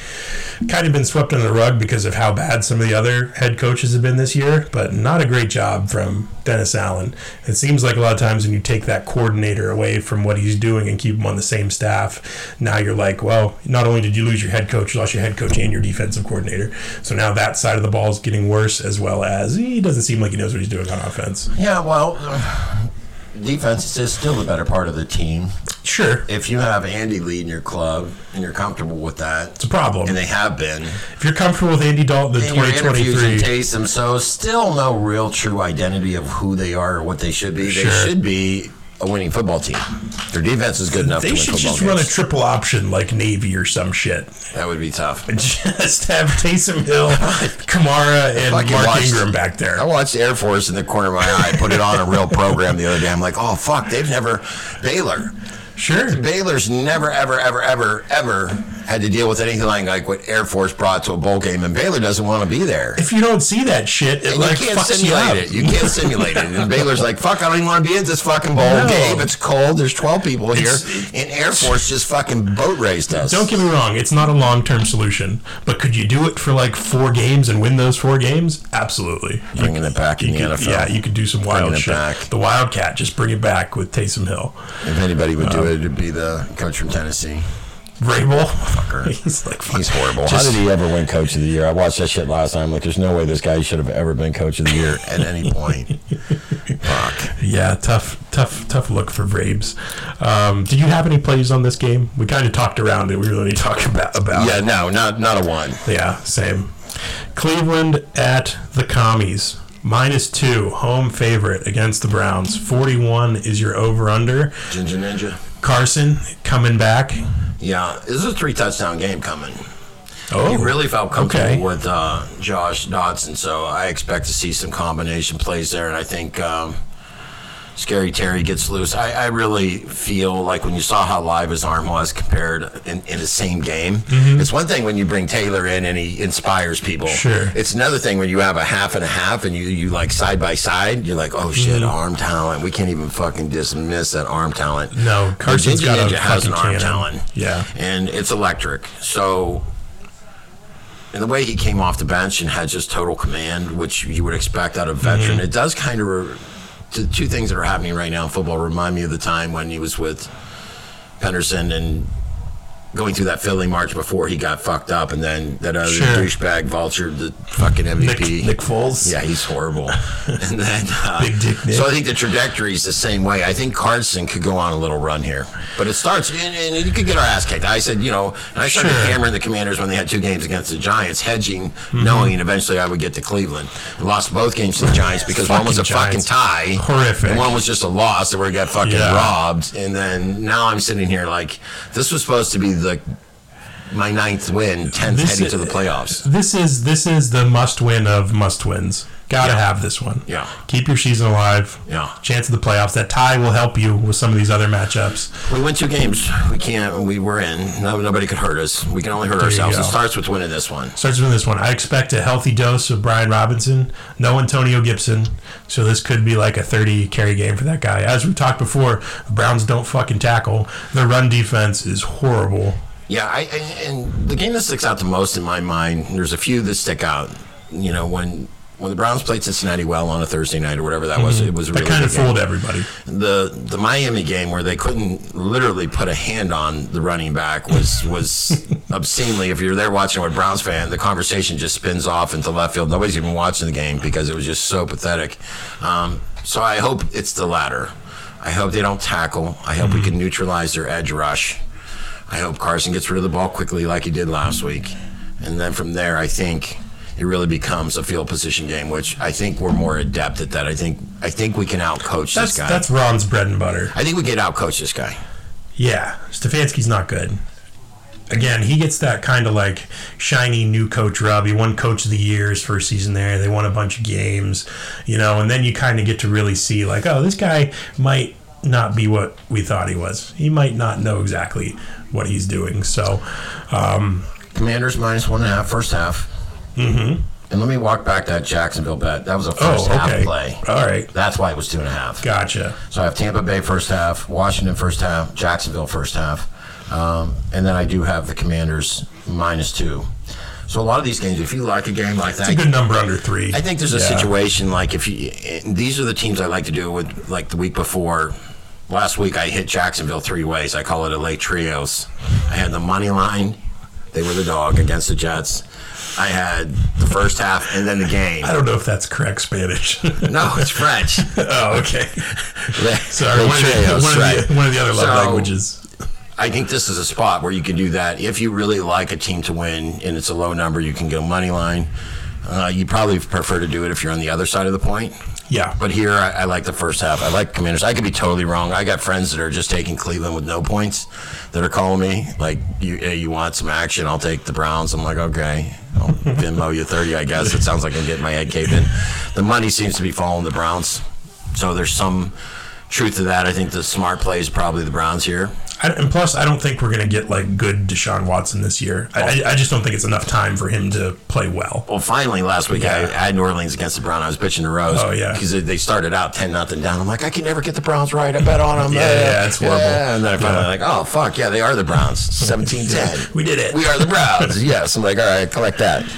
S1: kind of been swept under the rug because of how bad some of the other head coaches have been this year, but not a great job from Dennis Allen. It seems like a lot of times when you take that coordinator away from what he's doing and keep him on the same staff, now you're like, well, not only did you lose your head coach, you lost your head coach and your defensive coordinator. So now that side of the ball is getting worse, as well as he doesn't seem like he knows what he's doing on offense.
S2: Yeah, well, defense is still the better part of the team.
S1: Sure.
S2: If you have Andy Lee in your club and you're comfortable with that,
S1: It's a problem.
S2: and they have been,
S1: if you're comfortable with Andy Dalton, the
S2: and your interviews
S1: 2023.
S2: and Taysom, so still no real true identity of who they are or what they should be. They
S1: Sure.
S2: should be a winning football team. Their defense is good enough to
S1: they
S2: win
S1: should
S2: football
S1: just
S2: games.
S1: run a triple option like Navy or some shit. *laughs*
S2: that would be tough.
S1: Just have Taysom
S2: *laughs*
S1: Hill, Kamara, and
S2: Fucking
S1: Mark
S2: watched-
S1: Ingram back there.
S2: I watched Air Force in the corner of my eye. I put it on a real program the other day. I'm like, oh fuck, they've never Baylor.
S1: Sure.
S2: Baylor's never, ever, ever, ever, ever had to deal with anything like, like what Air Force brought to a bowl game, and Baylor doesn't want to be there.
S1: If you don't see that shit, it
S2: And
S1: like
S2: you can't
S1: fucks you up.
S2: simulate it. You can't simulate it. And Baylor's like, fuck, I don't even want to be at this fucking bowl
S1: No.
S2: game. It's cold. There's 12 people here.
S1: It's-
S2: and Air Force just fucking boat raced us.
S1: Don't get me wrong, it's not a long term solution, but could you do it for like four games and win those four games? Absolutely. You
S2: Bringing it back in
S1: could-
S2: the NFL.
S1: Yeah, you could do some wild
S2: Bringing it
S1: shit.
S2: back.
S1: The Wildcat, just bring it back with Taysom Hill.
S2: if anybody would do it, it'd be the coach from Tennessee.
S1: Vrabel. *laughs* He's like,
S2: He's horrible.
S1: Just-
S2: How did he ever win Coach of the Year? I watched that shit last time. Like, there's no way this guy should have ever been Coach of the Year at any *laughs* point. Fuck.
S1: Yeah, tough, tough, tough look for Braves. Um, did you have any plays on this game? We kind of talked around it. We really need to talk about about.
S2: Yeah, no, not not a one.
S1: yeah, same. Cleveland at the Commies. Minus two, home favorite against the Browns. 41 is your over under.
S2: Ginger Ninja.
S1: Carson coming back.
S2: Yeah, this is a three touchdown game coming.
S1: Oh,
S2: He really felt comfortable
S1: Okay.
S2: with uh, Josh Dodson, so I expect to see some combination plays there, and I think um, Scary Terry gets loose. I, I really feel like when you saw how live his arm was compared in, in the same game,
S1: Mm-hmm.
S2: it's one thing when you bring Taylor in and he inspires people.
S1: Sure.
S2: It's another thing when you have a half and a half and you, you like side by side, you're like, oh shit,
S1: Mm-hmm.
S2: arm talent. We can't even fucking dismiss that arm talent.
S1: No, Carson's
S2: Virginia
S1: got a
S2: Ninja has an
S1: fucking
S2: arm
S1: cannon.
S2: talent.
S1: Yeah.
S2: And it's electric. So, and the way he came off the bench and had just total command, which you would expect out of a
S1: Mm-hmm.
S2: veteran, it does kind of. Re- the two things that are happening right now in football remind me of the time when he was with Henderson and going through that Philly march before he got fucked up, and then that other
S1: Sure.
S2: douchebag vultured the fucking
S1: Nick,
S2: MVP.
S1: Nick Foles.
S2: Yeah, he's horrible. *laughs* and then,
S1: *laughs*
S2: uh,
S1: Big dick Nick.
S2: so I think the trajectory is the same way. I think Carson could go on a little run here, but it starts and, and you could get our ass kicked. I said, you know, and I started
S1: Sure.
S2: hammering the Commanders when they had two games against the Giants, hedging,
S1: Mm-hmm.
S2: knowing eventually I would get to Cleveland. We lost both games to the Giants because one was a
S1: Fucking
S2: fucking
S1: Giants.
S2: tie,
S1: Horrific.
S2: and one was just a loss, and we got fucking
S1: Yeah.
S2: robbed. And then now I'm sitting here like this was supposed to be the my ninth win, tenth
S1: This
S2: heading
S1: is-
S2: to the playoffs.
S1: This is this is the must win of must wins. Gotta have this one.
S2: Yeah.
S1: Keep your season alive.
S2: Yeah.
S1: Chance of the playoffs. That tie will help you with some of these other matchups.
S2: We won two games. We can't. We were in. No, nobody could hurt us. We can only hurt ourselves.
S1: go.
S2: It starts with winning this one.
S1: Starts with this one. I expect a healthy dose of Brian Robinson. No Antonio Gibson. So this could be like a 30 carry game for that guy. As we talked before, the Browns don't fucking tackle. Their run defense is horrible.
S2: Yeah, I, and, and the game that sticks out the most in my mind. There's a few that stick out. You know, when when the Browns played Cincinnati well on a Thursday night or whatever that was, it was a
S1: Mm-hmm. That
S2: really
S1: kind
S2: good
S1: of
S2: game.
S1: fooled everybody.
S2: the the Miami game where they couldn't literally put a hand on the running back was
S1: *laughs*
S2: was obscenely. If you're there watching with Browns fan, the conversation just spins off into left field. Nobody's even watching the game because it was just so pathetic. Um, so I hope it's the latter. I hope they don't tackle. I hope we
S1: Mm-hmm.
S2: can neutralize their edge rush. I hope Carson gets rid of the ball quickly like he did last week, and then from there, I think it really becomes a field position game, which I think we're more adept at that. I think I think we can outcoach
S1: That's
S2: this guy.
S1: that's Ron's bread and butter.
S2: I think we get out coach this guy.
S1: Yeah, Stefanski's not good. Again, he gets that kind of like shiny new coach rub. He won coach of the year his first season there. They won a bunch of games, you know, and then you kind of get to really see like, oh, this guy might not be what we thought he was. He might not know exactly what he's doing. So, um,
S2: Commanders minus one and a half first half. Mm-hmm. And let me walk back that Jacksonville bet. That was a
S1: Oh,
S2: first half
S1: okay.
S2: play.
S1: All right.
S2: That's why it was two and a half.
S1: Gotcha.
S2: So I have Tampa Bay first half, Washington first half, Jacksonville first half, um, and then I do have the Commanders minus two. So a lot of these games, if you like a game like
S1: It's a
S2: that,
S1: good number under three.
S2: I think there's a
S1: Yeah.
S2: situation like if you. and These are the teams I like to do with like the week before. Last week I hit Jacksonville three ways. I call it a late trios. I had the money line. They were the dog against the Jets. I had the first half and then the
S1: *laughs*
S2: game.
S1: I don't know if that's correct Spanish. *laughs*
S2: No, it's French.
S1: oh,
S2: *laughs*
S1: okay. *laughs* Sorry,
S2: Sorry,
S1: one of, the, one, of the, one of the other love languages.
S2: I think this is a spot where you can do that. If you really like a team to win and it's a low number, you can go money line. Uh, you probably prefer to do it if you're on the other side of the point.
S1: Yeah.
S2: But here, I, I like the first half. I like Commanders. I could be totally wrong. I got friends that are just taking Cleveland with no points that are calling me like, "You hey, you want some action? I'll take the Browns." I'm like, "Okay, I'll Venmo you thirty. I guess it sounds like I'm getting my head caved in." The money seems to be following the Browns, so there's some truth to that. I think the smart play is probably the Browns here.
S1: I, and plus, I don't think we're going to get like good Deshaun Watson this year. I, I, I just don't think it's enough time for him to play well.
S2: Well, finally, last week I, I had New Orleans against the Browns. I was bitching to Rose.
S1: Oh, yeah.
S2: because they- they started out ten nothing down. I'm like, I can never get the Browns right. I bet on *laughs* them.
S1: Yeah, yeah, it's horrible.
S2: And then I finally
S1: Yeah.
S2: like, oh fuck, yeah, they are the *laughs* Browns. 17-10.
S1: We did it.
S2: We are the *laughs* Browns. yes. I'm like, all right, collect that.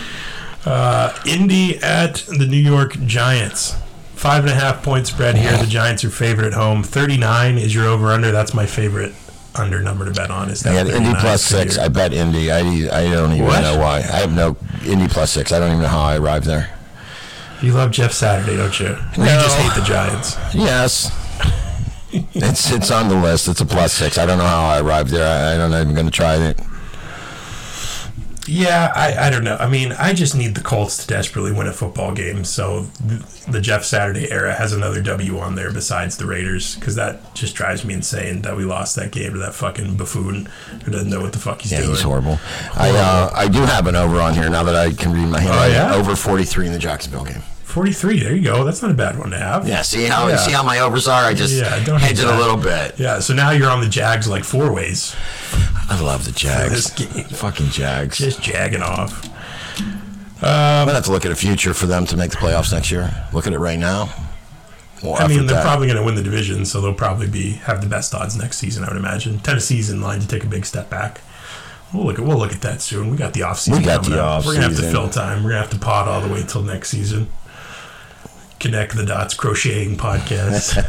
S1: Indy at the New York Giants. Five and a half point spread here. The Giants are favored at home. 39 is your over under. That's my favorite under number to bet on. Is that
S2: I had Indy
S1: 39
S2: plus
S1: for
S2: six.
S1: your-
S2: I bet Indy. I I don't even
S1: What?
S2: know why. I have no Indy plus six. I don't even know how I arrived there.
S1: You love Jeff Saturday, don't you? No. You just hate the Giants.
S2: *laughs* Yes. it's it's on the list. It's a plus six. I don't know how I arrived there. I, I don't know. I'm going to try it.
S1: Yeah, I, I don't know. I mean, I just need the Colts to desperately win a football game. So th- the Jeff Saturday era has another W on there besides the Raiders because that just drives me insane that we lost that game to that fucking buffoon who doesn't know what the fuck he's
S2: Yeah,
S1: doing.
S2: he's horrible. I uh, I do have an over on here now that I can read my hand.
S1: Oh,
S2: I-
S1: yeah?
S2: Over 43 in the Jacksonville game.
S1: 43, there you go. That's not a bad one to have.
S2: Yeah, see how
S1: Yeah.
S2: see how my overs are? I just
S1: Yeah, don't
S2: hedge it
S1: hate
S2: a
S1: that.
S2: little bit.
S1: Yeah, so now you're on the Jags like four ways.
S2: I love the Jags.
S1: This game.
S2: Fucking Jags.
S1: Just jagging off.
S2: I'm going to have to look at a future for them to make the playoffs next year. Look at it right now. More
S1: I mean,
S2: effort
S1: they're
S2: that-
S1: probably going to win the division, so they'll probably be have the best odds next season. I would imagine Tennessee's in line to take a big step back. We'll look at we'll look at that soon. We got the off season.
S2: We got the
S1: We're gonna have to
S2: offseason.
S1: fill time. We're gonna have to pod all the way till next season. Connect the dots, crocheting
S2: *laughs*
S1: podcast.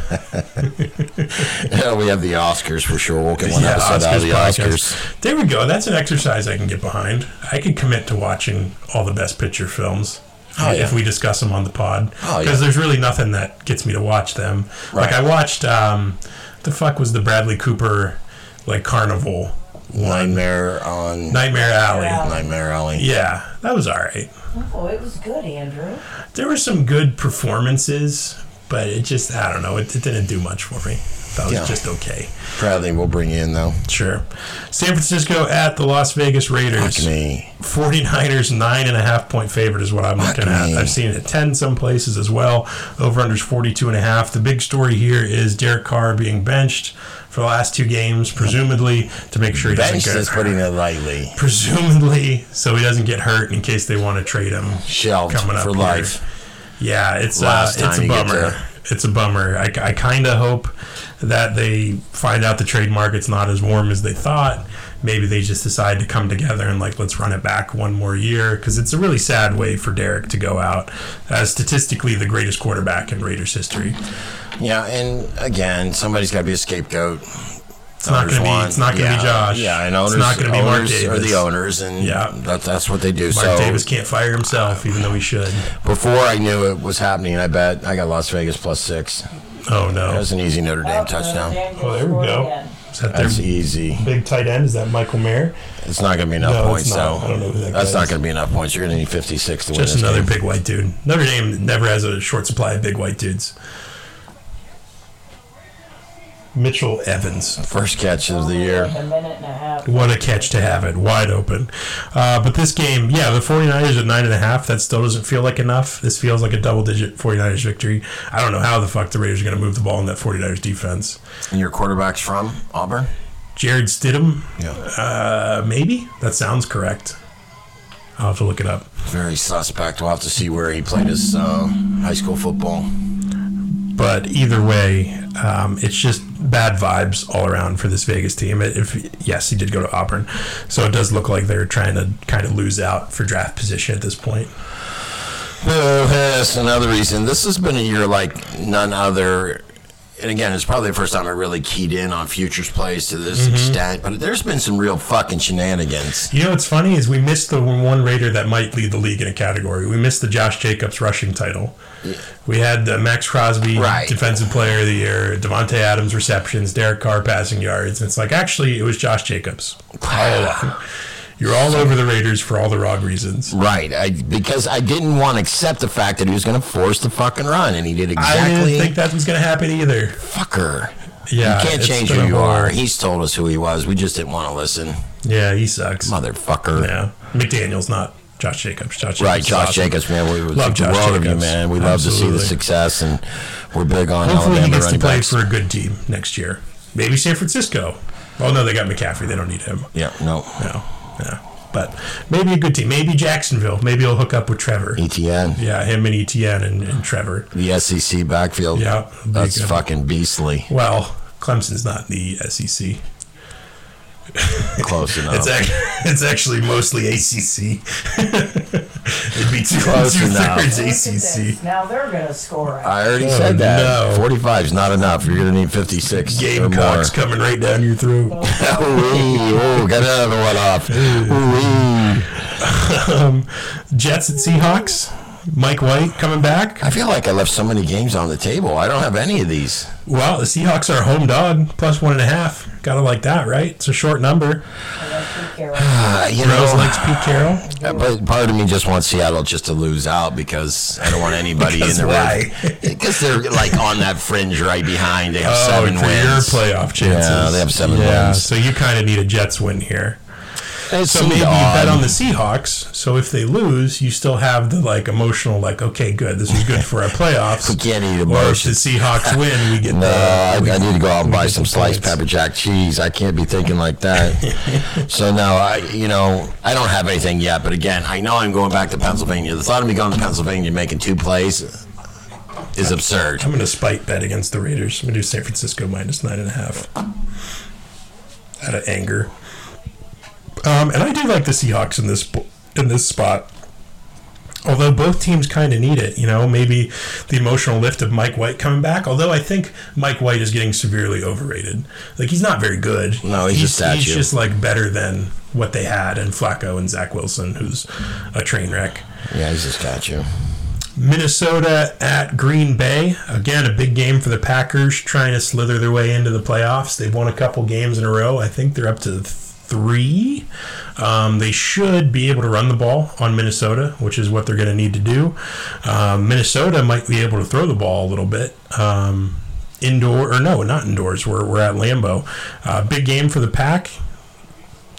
S2: Yeah, we have the Oscars for sure. We'll get one
S1: yeah,
S2: episode out of the
S1: podcast.
S2: Oscars.
S1: There we go. That's an exercise I can get behind. I could commit to watching all the best picture films.
S2: Oh, yeah.
S1: If we discuss them on the pod, because
S2: Oh, yeah.
S1: there's really nothing that gets me to watch them. Like I
S2: Right.
S1: watched, um, the fuck was the Bradley Cooper, like Carnival
S2: Nightmare on
S1: Nightmare Alley?
S3: Yeah.
S2: Nightmare Alley.
S1: Yeah, that was all right.
S3: Oh, it was good, Andrew.
S1: There were some good performances, but it just I don't know. It, it didn't do much for me. That was
S2: Yeah.
S1: just okay.
S2: Proudly, we'll bring you in though.
S1: Sure. San Francisco at the Las Vegas Raiders.
S2: Fuck me.
S1: 49ers nine and a half point favorite is what I'm looking
S2: me.
S1: at. I've seen it at 10 some places as well. Over unders 42 and a half. The big story here is Derek Carr being benched for the last two games, presumably to make sure he
S2: Bench
S1: doesn't
S2: is
S1: get hurt. *laughs*
S2: putting it lightly.
S1: Presumably, so he doesn't get hurt in case they want to trade him.
S2: Shelved
S1: Coming up
S2: for
S1: here.
S2: life.
S1: Yeah, it's uh,
S2: Last time
S1: it's a
S2: you get
S1: bummer.
S2: to-
S1: It's a bummer. I, I kind of hope that they find out the trade market's not as warm as they thought. Maybe they just decide to come together and like let's run it back one more year because it's a really sad way for Derek to go out as statistically the greatest quarterback in Raiders history.
S2: Yeah, and again, somebody's got to be a scapegoat. It's
S1: not gonna be- it's not gonna be Josh.
S2: Yeah, and
S1: It's
S2: owners,
S1: not gonna be Mark
S2: owners are
S1: Davis.
S2: the owners, and
S1: Yeah.
S2: that, that's what they do.
S1: Mark
S2: so
S1: Davis can't fire himself even though he should.
S2: before I knew it was happening, I bet I got Las Vegas plus six.
S1: Oh
S2: That
S1: no!
S2: was an easy Notre Dame
S3: Oh,
S2: touchdown.
S3: Notre Dame
S1: Oh, there we
S3: scored
S1: go.
S3: again.
S1: Is that
S2: That's
S1: their
S2: easy.
S1: big tight end? Is that Michael Mayer?
S2: It's not going to be enough
S1: No, it's not.
S2: points, though.
S1: I don't know who that
S2: That's
S1: guy
S2: not
S1: is.
S2: going to be enough points. You're going to need 56 to win
S1: Just
S2: this
S1: another
S2: game.
S1: big white dude. Notre Dame never has a short supply of big white dudes. Mitchell Evans.
S2: First catch of the
S3: Like
S2: year.
S3: a minute and a half.
S1: What a catch to have it. Wide open. Uh, but this game, yeah, the 49ers at 9.5, that still doesn't feel like enough. This feels like a double digit 49ers victory. I don't know how the fuck the Raiders are going to move the ball in that 49ers defense.
S2: And your quarterback's from Auburn?
S1: Jared Stidham,
S2: Yeah.
S1: uh, maybe? That sounds correct. I'll have to look it up.
S2: Very suspect. We'll have to see where he played his uh, high school football.
S1: But either way, um, it's just bad vibes all around for this Vegas team. It- If yes, he did go to Auburn, so it does look like they're trying to kind of lose out for draft position at this point.
S2: Well, that's another reason. This has been a year like none other. And again, it's probably the first time I really keyed in on futures plays to this
S1: Mm-hmm.
S2: extent. But there's been some real fucking
S1: *sighs*
S2: shenanigans.
S1: You know what's funny is we missed the one Raider that might lead the league in a category. We missed the Josh Jacobs rushing title. We had the Max Crosby
S2: Right.
S1: defensive player of the year, Devontae Adams receptions, Derek Carr passing yards. And it's like actually it was Josh Jacobs. All along. You're all over the Raiders for all the wrong reasons.
S2: Right, I, because I didn't want to accept the fact that he was going to force the fucking run, and he did
S1: I
S2: exactly.
S1: didn't think that was going to happen either.
S2: Fucker,
S1: Yeah,
S2: you can't
S1: it's
S2: change
S1: been
S2: who
S1: a
S2: you
S1: whole-
S2: are. He's told us who he was. We just didn't want to listen,
S1: Yeah, he sucks.
S2: motherfucker.
S1: Yeah, McDaniel's not Josh Jacobs. Josh Jacobs
S2: Right,
S1: is
S2: Josh
S1: awesome.
S2: Jacobs, man. We
S1: Love
S2: love
S1: Josh
S2: world of you,
S1: Jacobs.
S2: man. We love to see
S1: Absolutely.
S2: the success, and we're big on
S1: Hopefully, he
S2: Alabama
S1: gets to
S2: running
S1: play
S2: backs.
S1: for a good team next year. Maybe San Francisco. Oh no, they got McCaffrey. They don't need him.
S2: yeah, no,
S1: No, no. But maybe a good team. Maybe Jacksonville. Maybe he'll hook up with Trevor.
S2: ETN,
S1: Yeah, him and ETN and, and Trevor.
S2: E the SEC backfield.
S1: Yeah, be
S2: that's
S1: good.
S2: fucking beastly.
S1: Well, Clemson's not in the SEC. *laughs*
S2: Close enough.
S1: It's act it's actually mostly ACC. *laughs* It'd be two,
S2: Close
S1: two
S2: enough.
S1: thirds
S3: Look at
S1: ACC.
S3: this. Now they're going to score. it.
S2: I already
S1: Oh,
S2: said that.
S1: no.
S2: Forty-five is not enough. You're gonna need fifty-six or more. *laughs*
S1: Gamecocks coming right down your throat.
S2: Ooh, got another one
S1: *laughs*
S2: off. Ooh-wee.
S1: Jets at Seahawks. Mike White coming back.
S2: I feel like I left so many games on the table. I don't have any of these.
S1: Well, the Seahawks are home dog plus one and a half. Gotta like that, right? It's a short number.
S3: I don't think they're-
S2: Uh, you
S1: Rose
S2: know,
S1: likes Pete
S2: *sighs*
S1: Carroll.
S2: Uh, But part of me just wants Seattle just to lose out because I don't
S1: *laughs*
S2: want anybody in
S1: Because
S2: the
S1: why?
S2: *laughs* Because they're like on that fringe right behind. They have
S1: Oh,
S2: seven
S1: for
S2: wins.
S1: your playoff chances.
S2: Yeah, they have seven wins.
S1: So you kind of need a Jets win here.
S2: It
S1: So
S2: seemed
S1: maybe you
S2: odd.
S1: bet on the Seahawks. So if they lose, you still have the like emotional, like, okay, good, this is good for
S2: *laughs*
S1: our playoffs.
S2: You can't eat
S1: Or if the
S2: emotion.
S1: Seahawks win,
S2: *laughs*
S1: we get
S2: No, I,
S1: the. we
S2: Uh, I need to go out and buy
S1: get
S2: some
S1: the
S2: sliced
S1: points.
S2: pepper jack cheese. I can't be thinking
S1: *laughs*
S2: like that. so no, I you know I don't have anything yet. But again, I know I'm going back to Pennsylvania. The thought of me going to Pennsylvania and making two plays is absurd.
S1: I'm going to spite bet against the Raiders. I'm going to do San Francisco minus nine and a half out of anger. Um, and I do like the Seahawks in this bo- in this spot. Although both teams kind of need it, you know, maybe the emotional lift of Mike White coming back. Although I think Mike White is getting severely overrated. Like he's not very good.
S2: No, he's a statue.
S1: He's just like better than what they had and Flacco and Zach Wilson, who's a train wreck.
S2: Yeah, he's a statue.
S1: Minnesota at Green Bay. Again, a big game for the Packers trying to slither their way into the playoffs. They've won a couple games in a row. I think they're up to three. Um, they should be able to run the ball on Minnesota, which is what they're going to need to do. Um, Minnesota might be able to throw the ball a little bit. Um, indoor, or no, not indoors. We're, we're at Lambeau. Uh, big game for the Pack.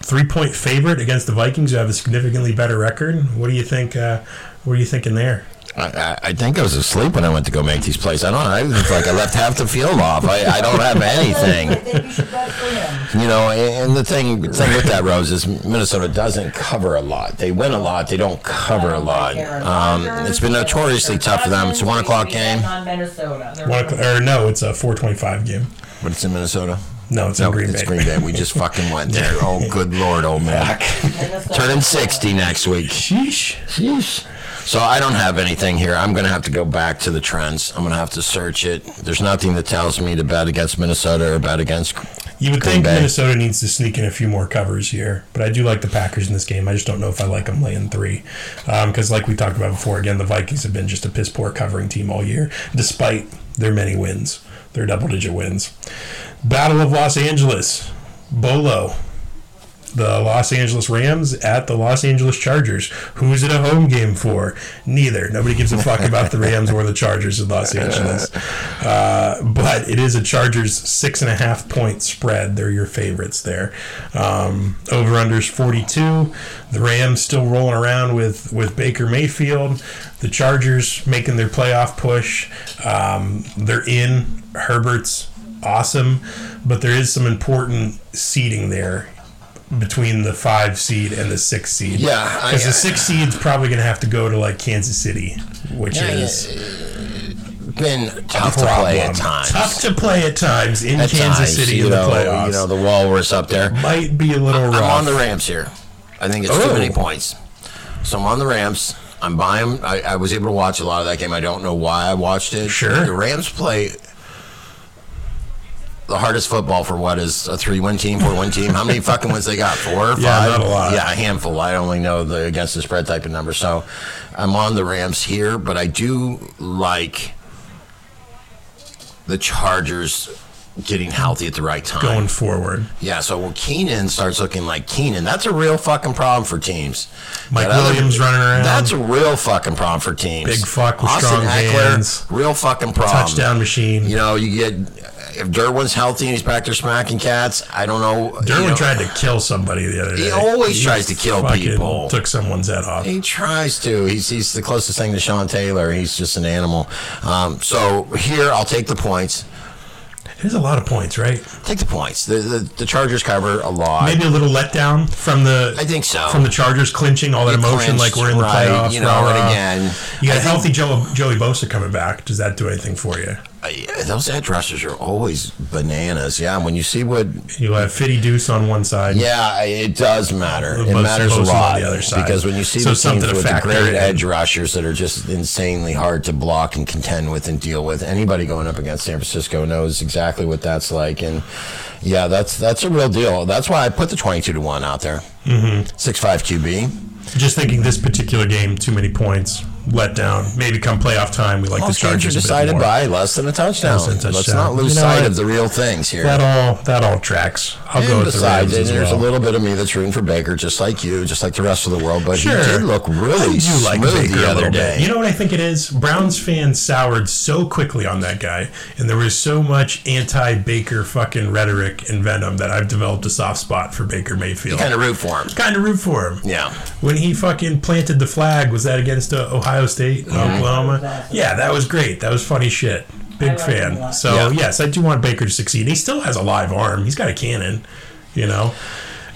S1: Three point favorite against the Vikings, who have a significantly better record. What do you think? Uh, what are you thinking there?
S2: I- I, I think I was asleep when I went to go make these plays. I don't. I it's like I left half the field off. I, I don't have anything.
S3: I think you should bet for him.
S2: You know, and and the thing, the thing with that Rose is Minnesota doesn't cover a lot. They win a lot, they don't cover a lot. Um, it's been notoriously tough for them. It's a one o'clock game,
S3: On Minnesota. They're
S1: One o'clock, or no, it's a 425 game.
S2: but it's in Minnesota.
S1: No, it's
S2: No,
S1: in Green
S2: it's
S1: Bay.
S2: Green Bay. We just fucking went
S1: *laughs*
S2: there. Oh, good lord, old man.
S3: Minnesota.
S2: Turning sixty next week.
S1: Sheesh.
S2: Sheesh. So I don't have anything here. I'm going to have to go back to the trends. I'm going to have to search it. There's nothing that tells me to bet against Minnesota or bet against.
S1: You would
S2: Green
S1: think
S2: Bay.
S1: Minnesota needs to sneak in a few more covers here, but I do like the Packers in this game. I just don't know if I like them laying three, because like we talked about before, again the Vikings have been just a piss poor covering team all year, despite their many wins, their double digit wins. Battle of Los Angeles, Bolo, the Los Angeles Rams at the Los Angeles Chargers. Who is it a home game for? Neither. Nobody gives a fuck about the Rams or the Chargers in Los Angeles. Uh, but it is a Chargers six and a half point spread. They're your favorites there. Um, Over unders 42. The Rams still rolling around with, with Baker Mayfield. The Chargers making their playoff push. Um, they're in. Herbert's awesome, but there is some important seating there between the five seed and the six seed.
S2: Yeah, I-
S1: because the six seed's probably going to have to go to like Kansas City, which
S2: Yeah,
S1: is
S2: Been
S1: a
S2: tough to play
S1: problem.
S2: at times.
S1: Tough to play at times in
S2: At
S1: Kansas
S2: times,
S1: City
S2: you
S1: in the
S2: know,
S1: playoffs.
S2: You know, the Walrus up there.
S1: might be a little rough.
S2: I'm on the Rams here. I think it's
S1: Oh.
S2: too many points. So I'm on the Rams. I'm buying. I, I was able to watch a lot of that game. I don't know why I watched it.
S1: Sure.
S2: The Rams play the hardest football for what is a three-win team, four-win team.
S1: *laughs*
S2: How many fucking wins they got? Four, five?
S1: Yeah, not a lot.
S2: Yeah, a handful. I only know the against the spread type of number. So I'm on the Rams here, but I do like the Chargers getting healthy at the right time.
S1: going forward.
S2: Yeah, so when Keenan starts looking like Keenan, that's a real fucking problem for teams.
S1: Mike
S2: That other-
S1: Williams running around.
S2: That's a real fucking problem for teams.
S1: Big fuck with strong hands.
S2: Real fucking problem.
S1: Touchdown machine.
S2: You know, you get if Derwin's healthy and he's back there smacking cats. I don't know. you
S1: Derwin
S2: know,
S1: tried to kill somebody the other day.
S2: always tries to kill
S1: fucking
S2: people.
S1: Took someone's head off.
S2: He tries to. He's he's the closest thing to Sean Taylor. He's just an animal. Um, so here, I'll take the points.
S1: There's a lot of points, right?
S2: Take the points. The the, the Chargers cover a lot.
S1: Maybe a little letdown from the.
S2: I think so.
S1: From the Chargers clinching all that
S2: They
S1: emotion, like
S2: clinched,
S1: we're in the
S2: right,
S1: playoffs.
S2: you know, and
S1: rah-rah.
S2: again,
S1: you got
S2: I
S1: a
S2: think-
S1: healthy Joe, Joey Bosa coming back. Does that do anything for you?
S2: I- those edge rushers are always bananas. Yeah, when you see what,
S1: You have Fitty Deuce on one side.
S2: yeah, I- it does matter.
S1: Bosa-
S2: It matters a
S1: Bosa's on
S2: lot
S1: the other side.
S2: because when you see
S1: So
S2: the
S1: something
S2: teams
S1: to
S2: with the
S1: factor
S2: great
S1: in.
S2: edge rushers that are just insanely hard to block and contend with and deal with, anybody going up against San Francisco knows exactly what that's like. And yeah, that's that's a real deal. That's why I put the twenty-two to one out there. Mm-hmm. Six-five QB.
S1: Just thinking this particular game, too many points, let down. Maybe come playoff time, we like
S2: Most
S1: the
S2: games are
S1: Chargers. a bit
S2: decided
S1: more.
S2: by less than a touchdown.
S1: Less than a
S2: Let's
S1: touchdown.
S2: not lose
S1: You know
S2: sight
S1: what?
S2: of the real things here.
S1: That all that all tracks. I'll go
S2: and
S1: with the Rams
S2: besides, and
S1: as
S2: there's
S1: well.
S2: a little bit of me that's rooting for Baker, just like you, just like the rest of the world. But
S1: Sure.
S2: he did look really
S1: I do like
S2: smooth
S1: Baker
S2: the
S1: a
S2: other
S1: little bit.
S2: day.
S1: You know what I think it is? Browns fans soured so quickly on that guy, and there was so much anti-Baker fucking rhetoric and venom that I've developed a soft spot for Baker Mayfield.
S2: kind of root for him.
S1: Kind of root for him.
S2: Yeah.
S1: When he fucking planted the flag, was that against uh, Ohio State, and Oklahoma? Yeah, that was great. That was funny shit.
S3: I
S1: Big
S3: like him a
S1: fan.
S3: lot.
S1: So yes, I do want Baker to succeed. He still has a live arm. He's got a cannon. You know.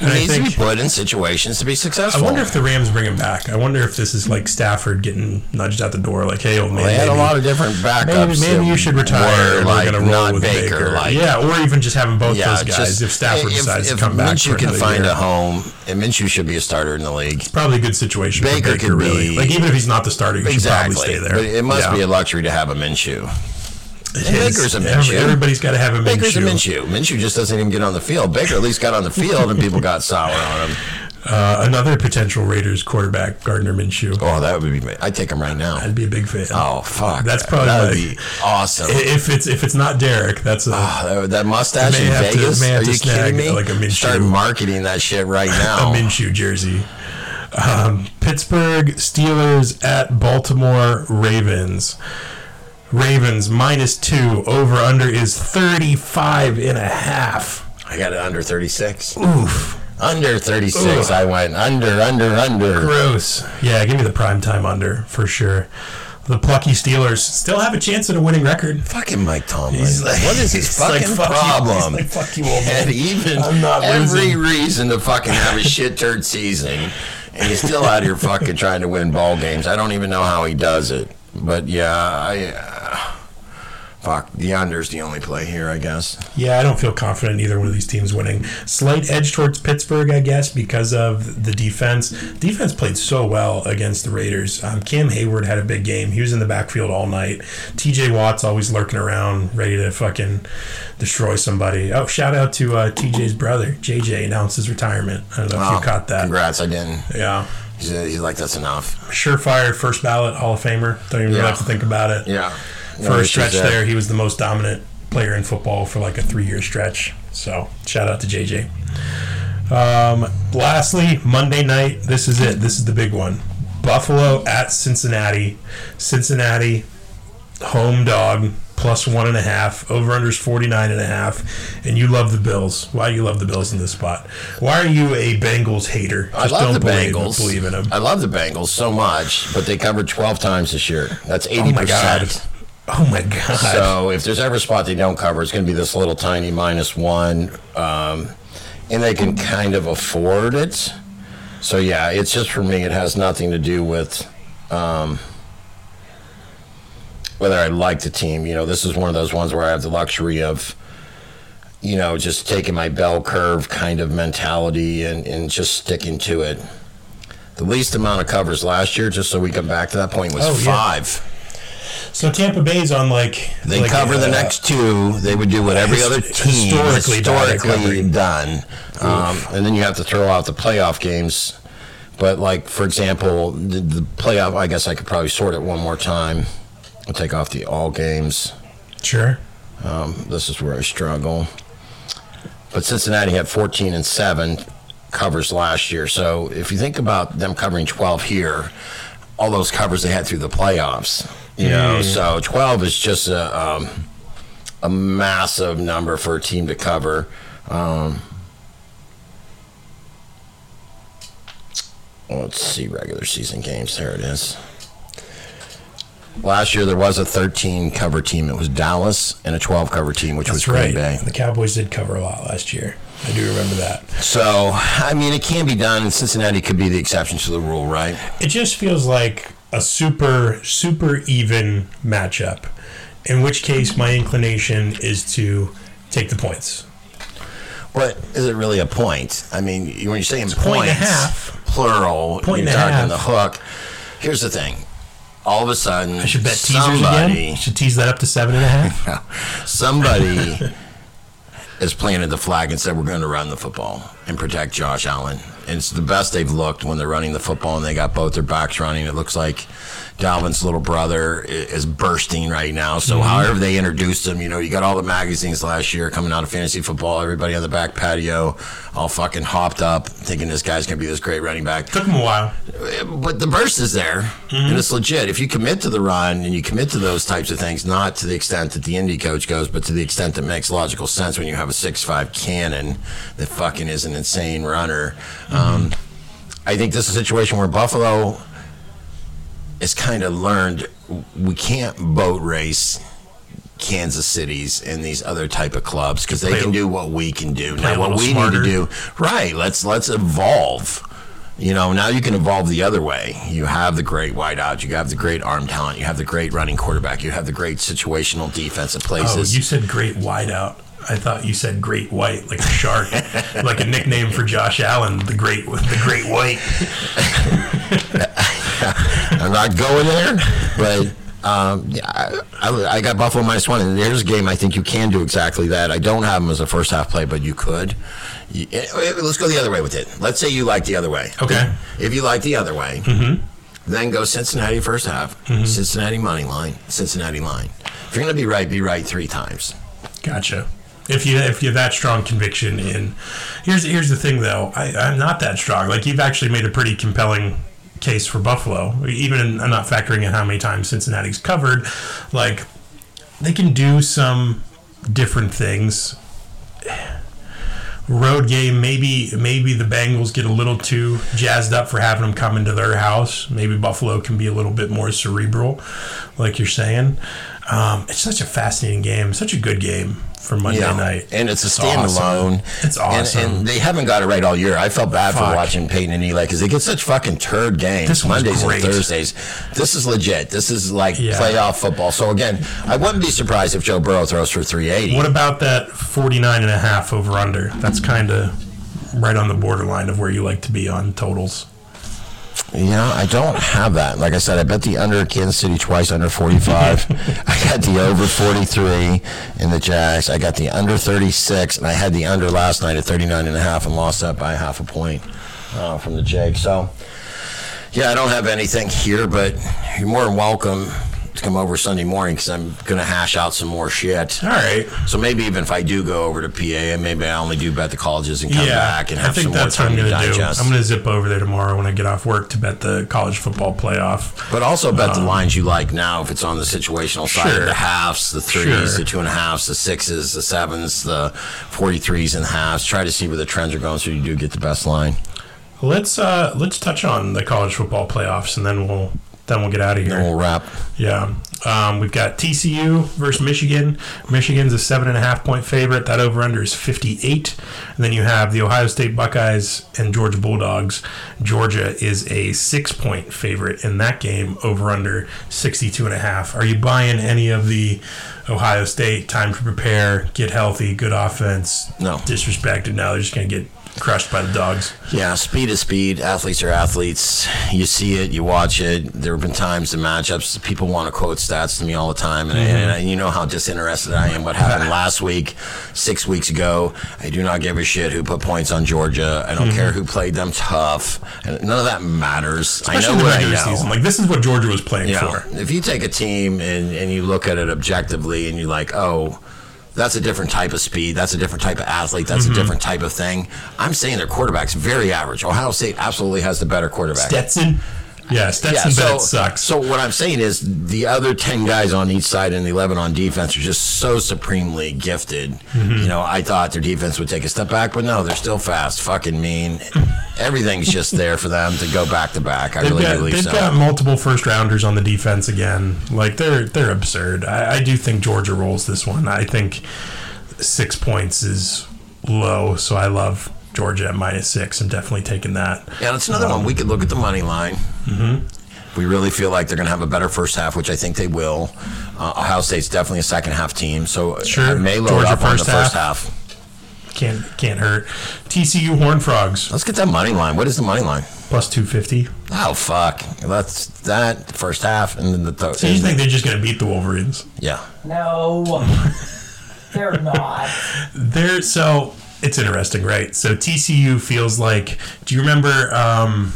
S1: And
S2: He needs to be put in situations to be
S1: I
S2: successful.
S1: wonder if the Rams bring him back. I wonder if this is like Stafford getting nudged out the door, like, "Hey, old man,
S2: they had a
S1: maybe-
S2: lot of different backups.
S1: maybe, maybe
S2: that
S1: you should retire."
S2: were,
S1: and
S2: like
S1: we're gonna roll
S2: not
S1: with
S2: Baker,
S1: Baker,
S2: like
S1: yeah, or even just having both
S2: yeah,
S1: those guys
S2: just-
S1: if Stafford
S2: if,
S1: decides
S2: if
S1: to come back.
S2: Minshew
S1: for
S2: can
S1: another
S2: find
S1: year.
S2: a home, and Minshew should be a starter in the league.
S1: probably a good situation.
S2: Baker
S1: for Baker
S2: could
S1: really,
S2: be-
S1: like even if he's not the starter, he
S2: Exactly.
S1: should probably stay there.
S2: But it must
S1: Yeah.
S2: be a luxury to have a Minshew.
S1: It is.
S2: Baker's a
S1: Every-
S2: Minshew.
S1: Everybody's got to have a Minshew.
S2: Baker's a Minshew. Minshew just doesn't even get on the field. Baker at least got on the field, and people got sour on him.
S1: Uh, another potential Raiders quarterback, Gardner Minshew.
S2: Oh, that would be. ma- I'd take him right now.
S1: I'd be a big fan.
S2: Oh fuck!
S1: That's probably
S2: that would
S1: my-
S2: be awesome.
S1: I- If it's if it's not Derek, that's a
S2: Ah, that, that mustache
S1: May
S2: in
S1: have to-
S2: Vegas?
S1: may have
S2: Are
S1: to
S2: you
S1: snag,
S2: kidding me?
S1: uh, like, a Minshew.
S2: Start marketing that
S1: *laughs*
S2: shit right now.
S1: a Minshew jersey. Um, Pittsburgh Steelers at Baltimore Ravens. Ravens minus two. Over under is 35 and a half.
S2: I got it under 36.
S1: Oof.
S2: Under 36. I went under, under, under.
S1: Gross. Yeah, give me the prime time under for sure. The plucky Steelers still have a chance at a winning record.
S2: Fucking Mike Tomlin.
S1: He's like-
S2: what
S1: *laughs*
S2: is his
S1: he's like,
S2: fucking
S1: "Fuck you." *laughs*
S2: problem?
S1: He's like, "Fuck you, old man."
S2: *laughs* Had even
S1: I'm not
S2: every
S1: losing.
S2: reason to fucking have a shit turd season, and he's still out here fucking trying to win ball games. I don't even know how he does it, but yeah, I. Uh, fuck, the under's the only play here, I guess.
S1: Yeah, I don't feel confident in either one of these teams winning. Slight edge towards Pittsburgh, I guess, because of the defense. Defense played so well against the Raiders. Um, Cam Hayward had a big game. He was in the backfield all night. TJ Watt's always lurking around, ready to fucking destroy somebody. Oh, shout out to uh, TJ's brother, JJ, announced his retirement. I don't know
S2: Wow.
S1: if you caught that.
S2: Oh, Congrats, I didn't.
S1: Yeah.
S2: He's, uh, he's like, that's enough.
S1: Surefire first ballot Hall of Famer. Don't even
S2: Yeah.
S1: have to think about it.
S2: Yeah.
S1: for a stretch there, he was the most dominant player in football for like a three year stretch. So shout out to JJ. Um, lastly, Monday night, this is it. This is the big one. Buffalo at Cincinnati. Cincinnati, home dog, plus one and a half. Over unders 49 and a half. And you love the Bills. Why do you love the Bills in this spot? Why are you a Bengals hater?
S2: I love the
S1: believe,
S2: Bengals.
S1: believe in them.
S2: I love the Bengals so much, but they covered 12 times this year. That's 80%.
S1: Oh my God. Oh my *laughs* God.
S2: So if there's ever a spot they don't cover, it's going to be this little tiny minus one. Um, and they can kind of afford it. So yeah, it's just for me. It has nothing to do with um, whether I like the team. You know, this is one of those ones where I have the luxury of, you know, just taking my bell curve kind of mentality and, and just sticking to it. The least amount of covers last year, just so we come back to that point, was
S1: Oh, yeah.
S2: five.
S1: So Tampa Bay's on like
S2: They
S1: like,
S2: cover the
S1: uh,
S2: next two. They would do what every
S1: his-
S2: other team
S1: historically
S2: historically,
S1: done at covering.
S2: done. Um, and then you have to throw out the playoff games. But like for example, the, the playoff. I guess I could probably sort it one more time. I'll take off the all games.
S1: Sure.
S2: Um, this is where I struggle. But Cincinnati had 14 and seven covers last year. So if you think about them covering 12 here, all those covers they had through the playoffs, you know, so 12 is just a, um, a massive number for a team to cover. Um, let's see regular season games. There it is. Last year there was a 13 cover team. It was Dallas and a 12 cover team, which was
S1: That's
S2: Green
S1: right.
S2: Bay.
S1: The Cowboys did cover a lot last year. I do remember that.
S2: So, I mean, it can be done, and Cincinnati could be the exception to the rule, right?
S1: It just feels like a super, super even matchup. In which case, my inclination is to take the points.
S2: But is it really a point? I mean, you- when you're saying points,
S1: point and a half.
S2: plural,
S1: Point and
S2: you're
S1: a
S2: talking
S1: half.
S2: the hook. Here's the thing. All of a sudden,
S1: I should bet teasers
S2: somebody,
S1: again. Should tease that up to seven and a half.
S2: *laughs* somebody *laughs* has planted the flag and said, we're going to run the football and protect Josh Allen. And it's the best they've looked when they're running the football and they got both their backs running. It looks like Dalvin's little brother i- is bursting right now. So, however, they introduced him, you know, you got all the magazines last year coming out of fantasy football, everybody on the back patio all fucking hopped up thinking this guy's going to be this great running back
S1: Took him a while.
S2: but the burst is there
S1: Mm-hmm.
S2: and it's legit if you commit to the run and you commit to those types of things not to the extent that the indie coach goes but to the extent that makes logical sense when you have a 6-5 cannon that fucking is an insane runner
S1: Mm-hmm.
S2: um, i think this is a situation where buffalo has kind of learned we can't boat race Kansas Cities and these other type of clubs because they
S1: Play a-
S2: can do what we can do.
S1: play a
S2: Now what
S1: little
S2: we
S1: smarter.
S2: need to do, right? Let's let's evolve. You know, now you can evolve the other way. You have the great wideout, you have the great arm talent, you have the great running quarterback, you have the great situational defensive
S1: Oh,
S2: places.
S1: you said great wideout. I thought you said great white, like a
S2: *laughs*
S1: shark, like a nickname for Josh Allen, the great, the great white.
S2: I'm not going there, but. Um, yeah, I, I, I got Buffalo minus one, and there's a game I think you can do exactly that. I don't have them as a first half play, but you could. You- eh, eh, let's go the other way with it. Let's say you like the other way.
S1: Okay.
S2: If you like the other way,
S1: Mm-hmm.
S2: then go Cincinnati first half, Cincinnati money line, Cincinnati line. If you're going to be right, be right three times.
S1: Gotcha. If you if you have that strong conviction in, here's here's the thing though. I, I'm not that strong. Like you've actually made a pretty compelling case for Buffalo. Even in, I'm not factoring in how many times Cincinnati's covered. Like they can do some different things. Road game, maybe maybe the Bengals get a little too jazzed up for having them come into their house. Maybe Buffalo can be a little bit more cerebral, like you're saying. Um, it's such a fascinating game, such a good game for Monday night,
S2: And it's a
S1: awesome.
S2: standalone.
S1: It's awesome.
S2: And, and they haven't got it right all year. I felt bad
S1: Fuck.
S2: for watching Peyton and Eli because they get such fucking turd games.
S1: This one's
S2: Mondays
S1: great.
S2: and Thursdays. This is legit. This is like
S1: Yeah.
S2: playoff football. So again, I wouldn't be surprised if Joe Burrow throws for 380.
S1: What about that 49 and a half over under? That's kind of right on the borderline of where you like to be on totals.
S2: Yeah, I don't have that. Like I said, I bet the under Kansas City twice
S1: *laughs*
S2: under 45. I got the over 43 in the Jags. I got the under 36, and I had the under last night at 39 and a half and lost that by half a point uh, from the Jags. So, yeah, I don't have anything here, but you're more than welcome to come over Sunday morning because I'm going to hash out some more shit.
S1: All right.
S2: So maybe even if I do go over to PA, maybe I only do bet the colleges and come
S1: yeah,
S2: back and have
S1: I think
S2: some
S1: that's
S2: more
S1: what
S2: time
S1: I'm
S2: to
S1: going to do.
S2: digest.
S1: I'm going to zip over there tomorrow when I get off work to bet the college football playoff.
S2: But also bet the lines you like now if it's on the situational side
S1: Uh, Sure.
S2: of the halves, the threes,
S1: Sure.
S2: the two and a halves, the sixes, the sevens, the 43s and halves. Try to see where the trends are going so you do get the best line.
S1: Let's uh, let's touch on the college football playoffs and then we'll then we'll get out of here.
S2: We'll wrap.
S1: Yeah. Um, we've got TCU versus Michigan. Michigan's a seven and a half point favorite. That over under is 58. And then you have the Ohio State Buckeyes and Georgia Bulldogs. Georgia is a six point favorite in that game, over under 62 and a half. Are you buying any of the Ohio State time to prepare, get healthy, good offense?
S2: No.
S1: Disrespected. Now they're just going to get crushed by the dogs.
S2: Yeah, speed is speed. Athletes are athletes. You see it, you watch it. There have been times in matchups people want to quote stats to me all the time, and, and
S1: Mm-hmm.
S2: I, you know how disinterested I am.
S1: *laughs*
S2: What happened last week, six weeks ago? I do not give a shit who put points on Georgia. I don't care
S1: Mm-hmm.
S2: who played them tough, and none of that matters.
S1: Especially
S2: I
S1: in
S2: know
S1: the
S2: what I
S1: regular
S2: know.
S1: season. Like, this is what Georgia was playing
S2: Yeah.
S1: for.
S2: If you take a team and, and you look at it objectively and you're like, oh, that's a different type of speed. That's a different type of athlete. That's
S1: Mm-hmm.
S2: a different type of thing. I'm saying their quarterback's very average. Ohio State absolutely has the better quarterback.
S1: Stetson? Yeah, Stetson Bennett sucks.
S2: So what I'm saying is the other ten guys on each side and the eleven on defense are just so supremely gifted.
S1: Mm-hmm.
S2: You know, I thought their defense would take a step back, but no, they're still fast, fucking mean. Everything's just there for them to go back to back. I
S1: They've,
S2: really
S1: got,
S2: believe
S1: they've
S2: so.
S1: got multiple first rounders on the defense again. Like they're they're absurd. I, I do think Georgia rolls this one. I think six points is low, so I love Georgia at minus six. I'm definitely taking that.
S2: Yeah, that's another one. We could look at the money line. Mm-hmm. We really feel like they're going to have a better first half, which I think they will. Uh, Ohio State's definitely a second half team, so
S1: Sure.
S2: I may load
S1: Georgia
S2: up on the
S1: first half.
S2: first half.
S1: Can't can't hurt. TCU Horn Frogs
S2: Let's get that money line. What is the money line?
S1: plus two fifty.
S2: Oh fuck, that's that first half, and then the third.
S1: So you think they're just gonna beat the Wolverines?
S2: yeah,
S3: No,
S2: *laughs*
S3: they're not.
S1: There, so it's interesting, right? So TCU feels like. Do you remember um,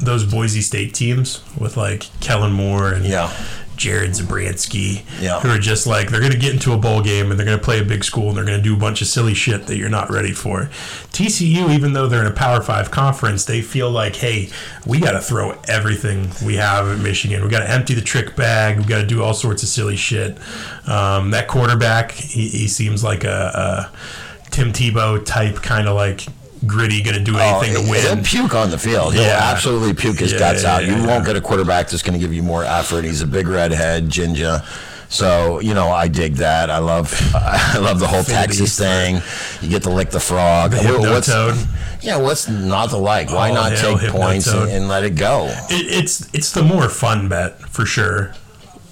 S1: those Boise State teams with like Kellen Moore and
S2: Yeah.
S1: Jared Zabransky,
S2: Yeah.
S1: who are just like they're going to get into a bowl game and they're going to play a big school and they're going to do a bunch of silly shit that you're not ready for. TCU, even though they're in a Power Five conference, they feel like, hey, we got to throw everything we have at Michigan. We got to empty the trick bag. We got to do all sorts of silly shit. Um, that quarterback, he, he seems like a, a Tim Tebow type, kind of like gritty, going to do anything to
S2: Oh, He'll
S1: win.
S2: puke on the field. He'll
S1: Yeah.
S2: absolutely puke his
S1: Yeah,
S2: guts out.
S1: yeah,
S2: you
S1: yeah.
S2: won't get a quarterback that's going to give you more effort. He's a big redhead, ginger. So you know, I dig that. I love, *laughs* I love the whole Texas thing. You get to lick the frog. What- what's-
S1: Hypnotoad.
S2: yeah, what's not to like? Why
S1: Oh,
S2: not
S1: hell,
S2: take points and,
S1: hypnotoad.
S2: and let it go?
S1: it, it's it's the more fun bet for sure.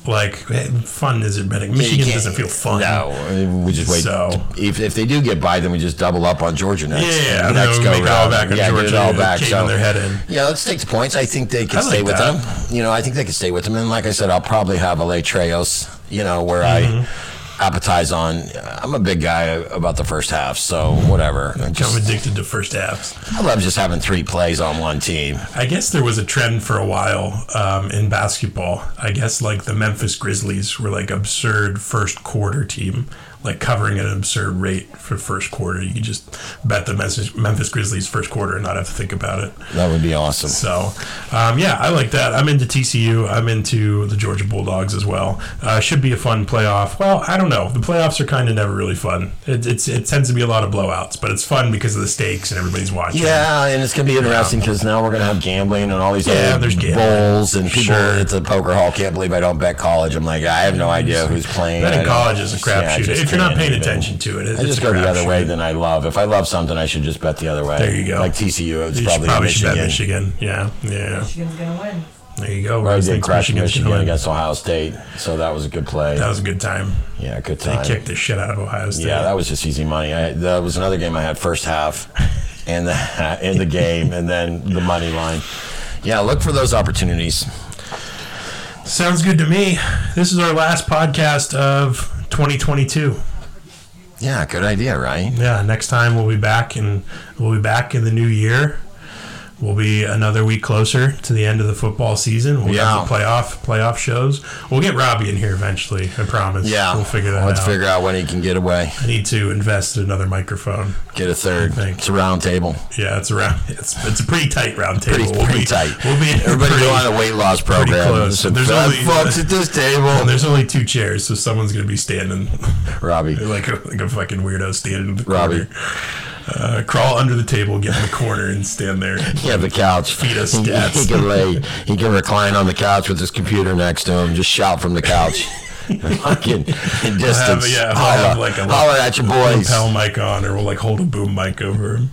S1: Like eh, fun isn't betting. Michigan
S2: can't-
S1: doesn't feel fun.
S2: No, we just wait.
S1: So-
S2: If, if they do get by, then we just double up on Georgia next.
S1: Yeah, and then
S2: next
S1: we
S2: go
S1: make it all
S2: round.
S1: back on
S2: yeah, get it
S1: Georgia,
S2: all
S1: uh,
S2: back.
S1: caving
S2: So
S1: their head in.
S2: Yeah, let's take the points. I think they can
S1: I
S2: stay
S1: like
S2: with
S1: that.
S2: them. You know, I think they can stay with them. And like I said, I'll probably have a Treos. You know, where
S1: Mm-hmm.
S2: I appetize on. I'm a big guy about the first half, so whatever. I
S1: I'm
S2: just-
S1: addicted to first halves.
S2: I love just having three plays on one team.
S1: I guess there was a trend for a while um, in basketball. I guess like the Memphis Grizzlies were like absurd first quarter team, like covering at an absurd rate for first quarter. You could just bet the Memphis, Memphis Grizzlies first quarter and not have to think about it.
S2: That would be awesome.
S1: So, um, yeah, I like that. I'm into TCU. I'm into the Georgia Bulldogs as well. Uh, should be a fun playoff. Well, I don't know. The playoffs are kind of never really fun. It, it's it tends to be a lot of blowouts, but it's fun because of the stakes and everybody's watching.
S2: Yeah, and it's going to be interesting because now we're going to have gambling and all these
S1: Yeah,
S2: other
S1: there's gambling.
S2: bowls and people
S1: Sure.
S2: at the poker hall can't believe I don't bet college. I'm like, I have no idea who's playing.
S1: That
S2: I
S1: in
S2: don't-
S1: college is a
S2: Yeah, I
S1: crapshoot.
S2: just
S1: if you're not
S2: can't
S1: paying
S2: even.
S1: attention to it, it
S2: I
S1: it's
S2: just
S1: a
S2: go the other
S1: crapshoot.
S2: way than I love. If I love something, I should just bet the other way.
S1: There you go.
S2: Like TCU, it's
S1: You should
S2: probably,
S1: probably should
S2: Michigan.
S1: bet Michigan. Yeah, yeah.
S3: Michigan's gonna win.
S1: There you go.
S2: I
S1: Rose
S2: did
S1: thinks
S2: crush
S1: Michigan's
S2: Michigan,
S1: gonna win.
S2: against Ohio State, so that was a good play.
S1: That was a good time.
S2: yeah, good
S1: They
S2: time.
S1: kicked the shit out of Ohio State.
S2: Yeah, that was just easy money. I, that was another game I had first half, and the *laughs* in the game, and then the money line. Yeah, look for those opportunities.
S1: Sounds good to me. This is our last podcast of 2022.
S2: Yeah, good idea, right?
S1: yeah next time we'll be back and we'll be back in the new year we'll be another week closer to the end of the football season we'll have the
S2: Yeah.
S1: playoff playoff shows we'll get robbie in here eventually i promise
S2: Yeah,
S1: we'll figure that
S2: Let's
S1: out
S2: figure out when he can get away.
S1: i need to invest in another microphone
S2: Get a third.
S1: think.
S2: It's a round table.
S1: yeah it's around it's it's a pretty tight round table
S2: Pretty,
S1: we'll
S2: pretty
S1: be,
S2: tight.
S1: we'll be
S2: Everybody
S1: pretty-
S2: go on a weight loss program.
S1: close.
S2: Some
S1: There's
S2: fat
S1: only-
S2: fucks at this
S1: *laughs* and
S2: table.
S1: there's only two chairs so someone's gonna be standing *laughs*
S2: Robbie.
S1: like a, like a fucking weirdo standing in the
S2: Robbie.
S1: corner. Uh, crawl under the table, get in the corner, and stand there.
S2: Yeah, the couch.
S1: Feed us
S2: He-
S1: stats.
S2: He can lay. He can recline on the couch with his computer next to him. Just shout from
S1: *laughs*
S2: the couch. Fucking in distance.
S1: yeah, I'll
S2: holler,
S1: have like a little-
S2: holler at your boys.
S1: Lapel mic on, or we'll like hold a boom mic over him.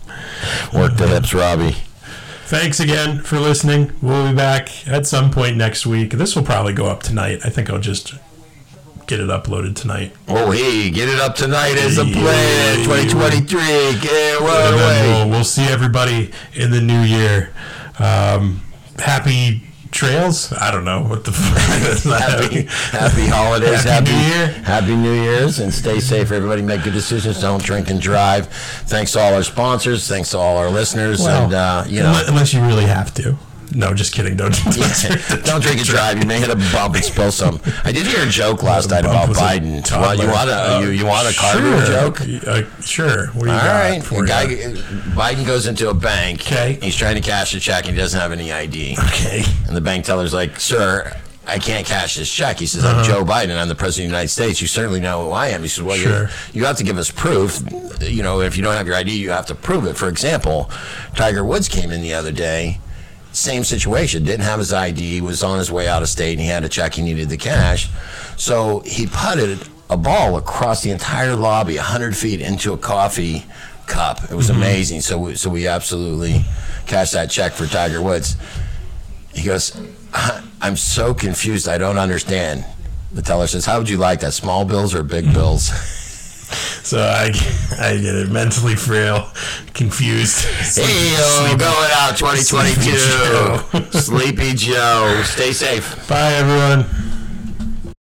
S2: Work the hips, Robbie.
S1: Thanks again for listening. We'll be back at some point next week. This will probably go up tonight. I think I'll just get it uploaded tonight.
S2: Oh, hey, get it up tonight as a plan.
S1: Yeah.
S2: 2023. Get
S1: And
S2: away.
S1: then we'll, we'll see everybody in the new year. Um, happy trails? I don't know what the *laughs* fuck. That's not
S2: happy,
S1: happy.
S2: happy holidays.
S1: Happy New Year.
S2: Happy New Year's. And stay safe, everybody. Make good decisions. Don't drink and drive. Thanks to all our sponsors. Thanks to all our listeners. and, uh, you know,
S1: unle- unless you really have to. No, just kidding. Don't. don't-
S2: don't drink and drive. You may hit a bump and spill some. I did hear a joke last
S1: *laughs*
S2: night
S1: Bump
S2: about
S1: was a
S2: Biden.
S1: toddler.
S2: Well, you want a, you, you want a Carter joke?
S1: Uh, sure. What do you
S2: All
S1: got
S2: right.
S1: for
S2: The guy,
S1: you?
S2: Biden goes into a bank.
S1: Okay.
S2: He's trying to cash a check and he doesn't have any ID.
S1: Okay.
S2: And the bank teller's like, sir, I can't cash this check. He says, I'm Joe Biden. I'm the president of the United States. You certainly know who I am. He says, well,
S1: Sure.
S2: you, you have to give us proof. You know, if you don't have your ID, you have to prove it. For example, Tiger Woods came in the other day. Same situation. Didn't have his ID. Was on his way out of state, and he had a check. He needed the cash, so he putted a ball across the entire lobby, hundred feet into a coffee cup. It was amazing. So, we, so we absolutely cashed that check for Tiger Woods. He goes, "I- I'm so confused. I don't understand. The teller says, How would you like that? Small bills or big bills?
S1: So I, *laughs* I get it. Mentally frail, confused.
S2: *laughs* hey, yo, going *laughs* out 2022. Sleepy Joe. Stay safe.
S1: Bye, everyone.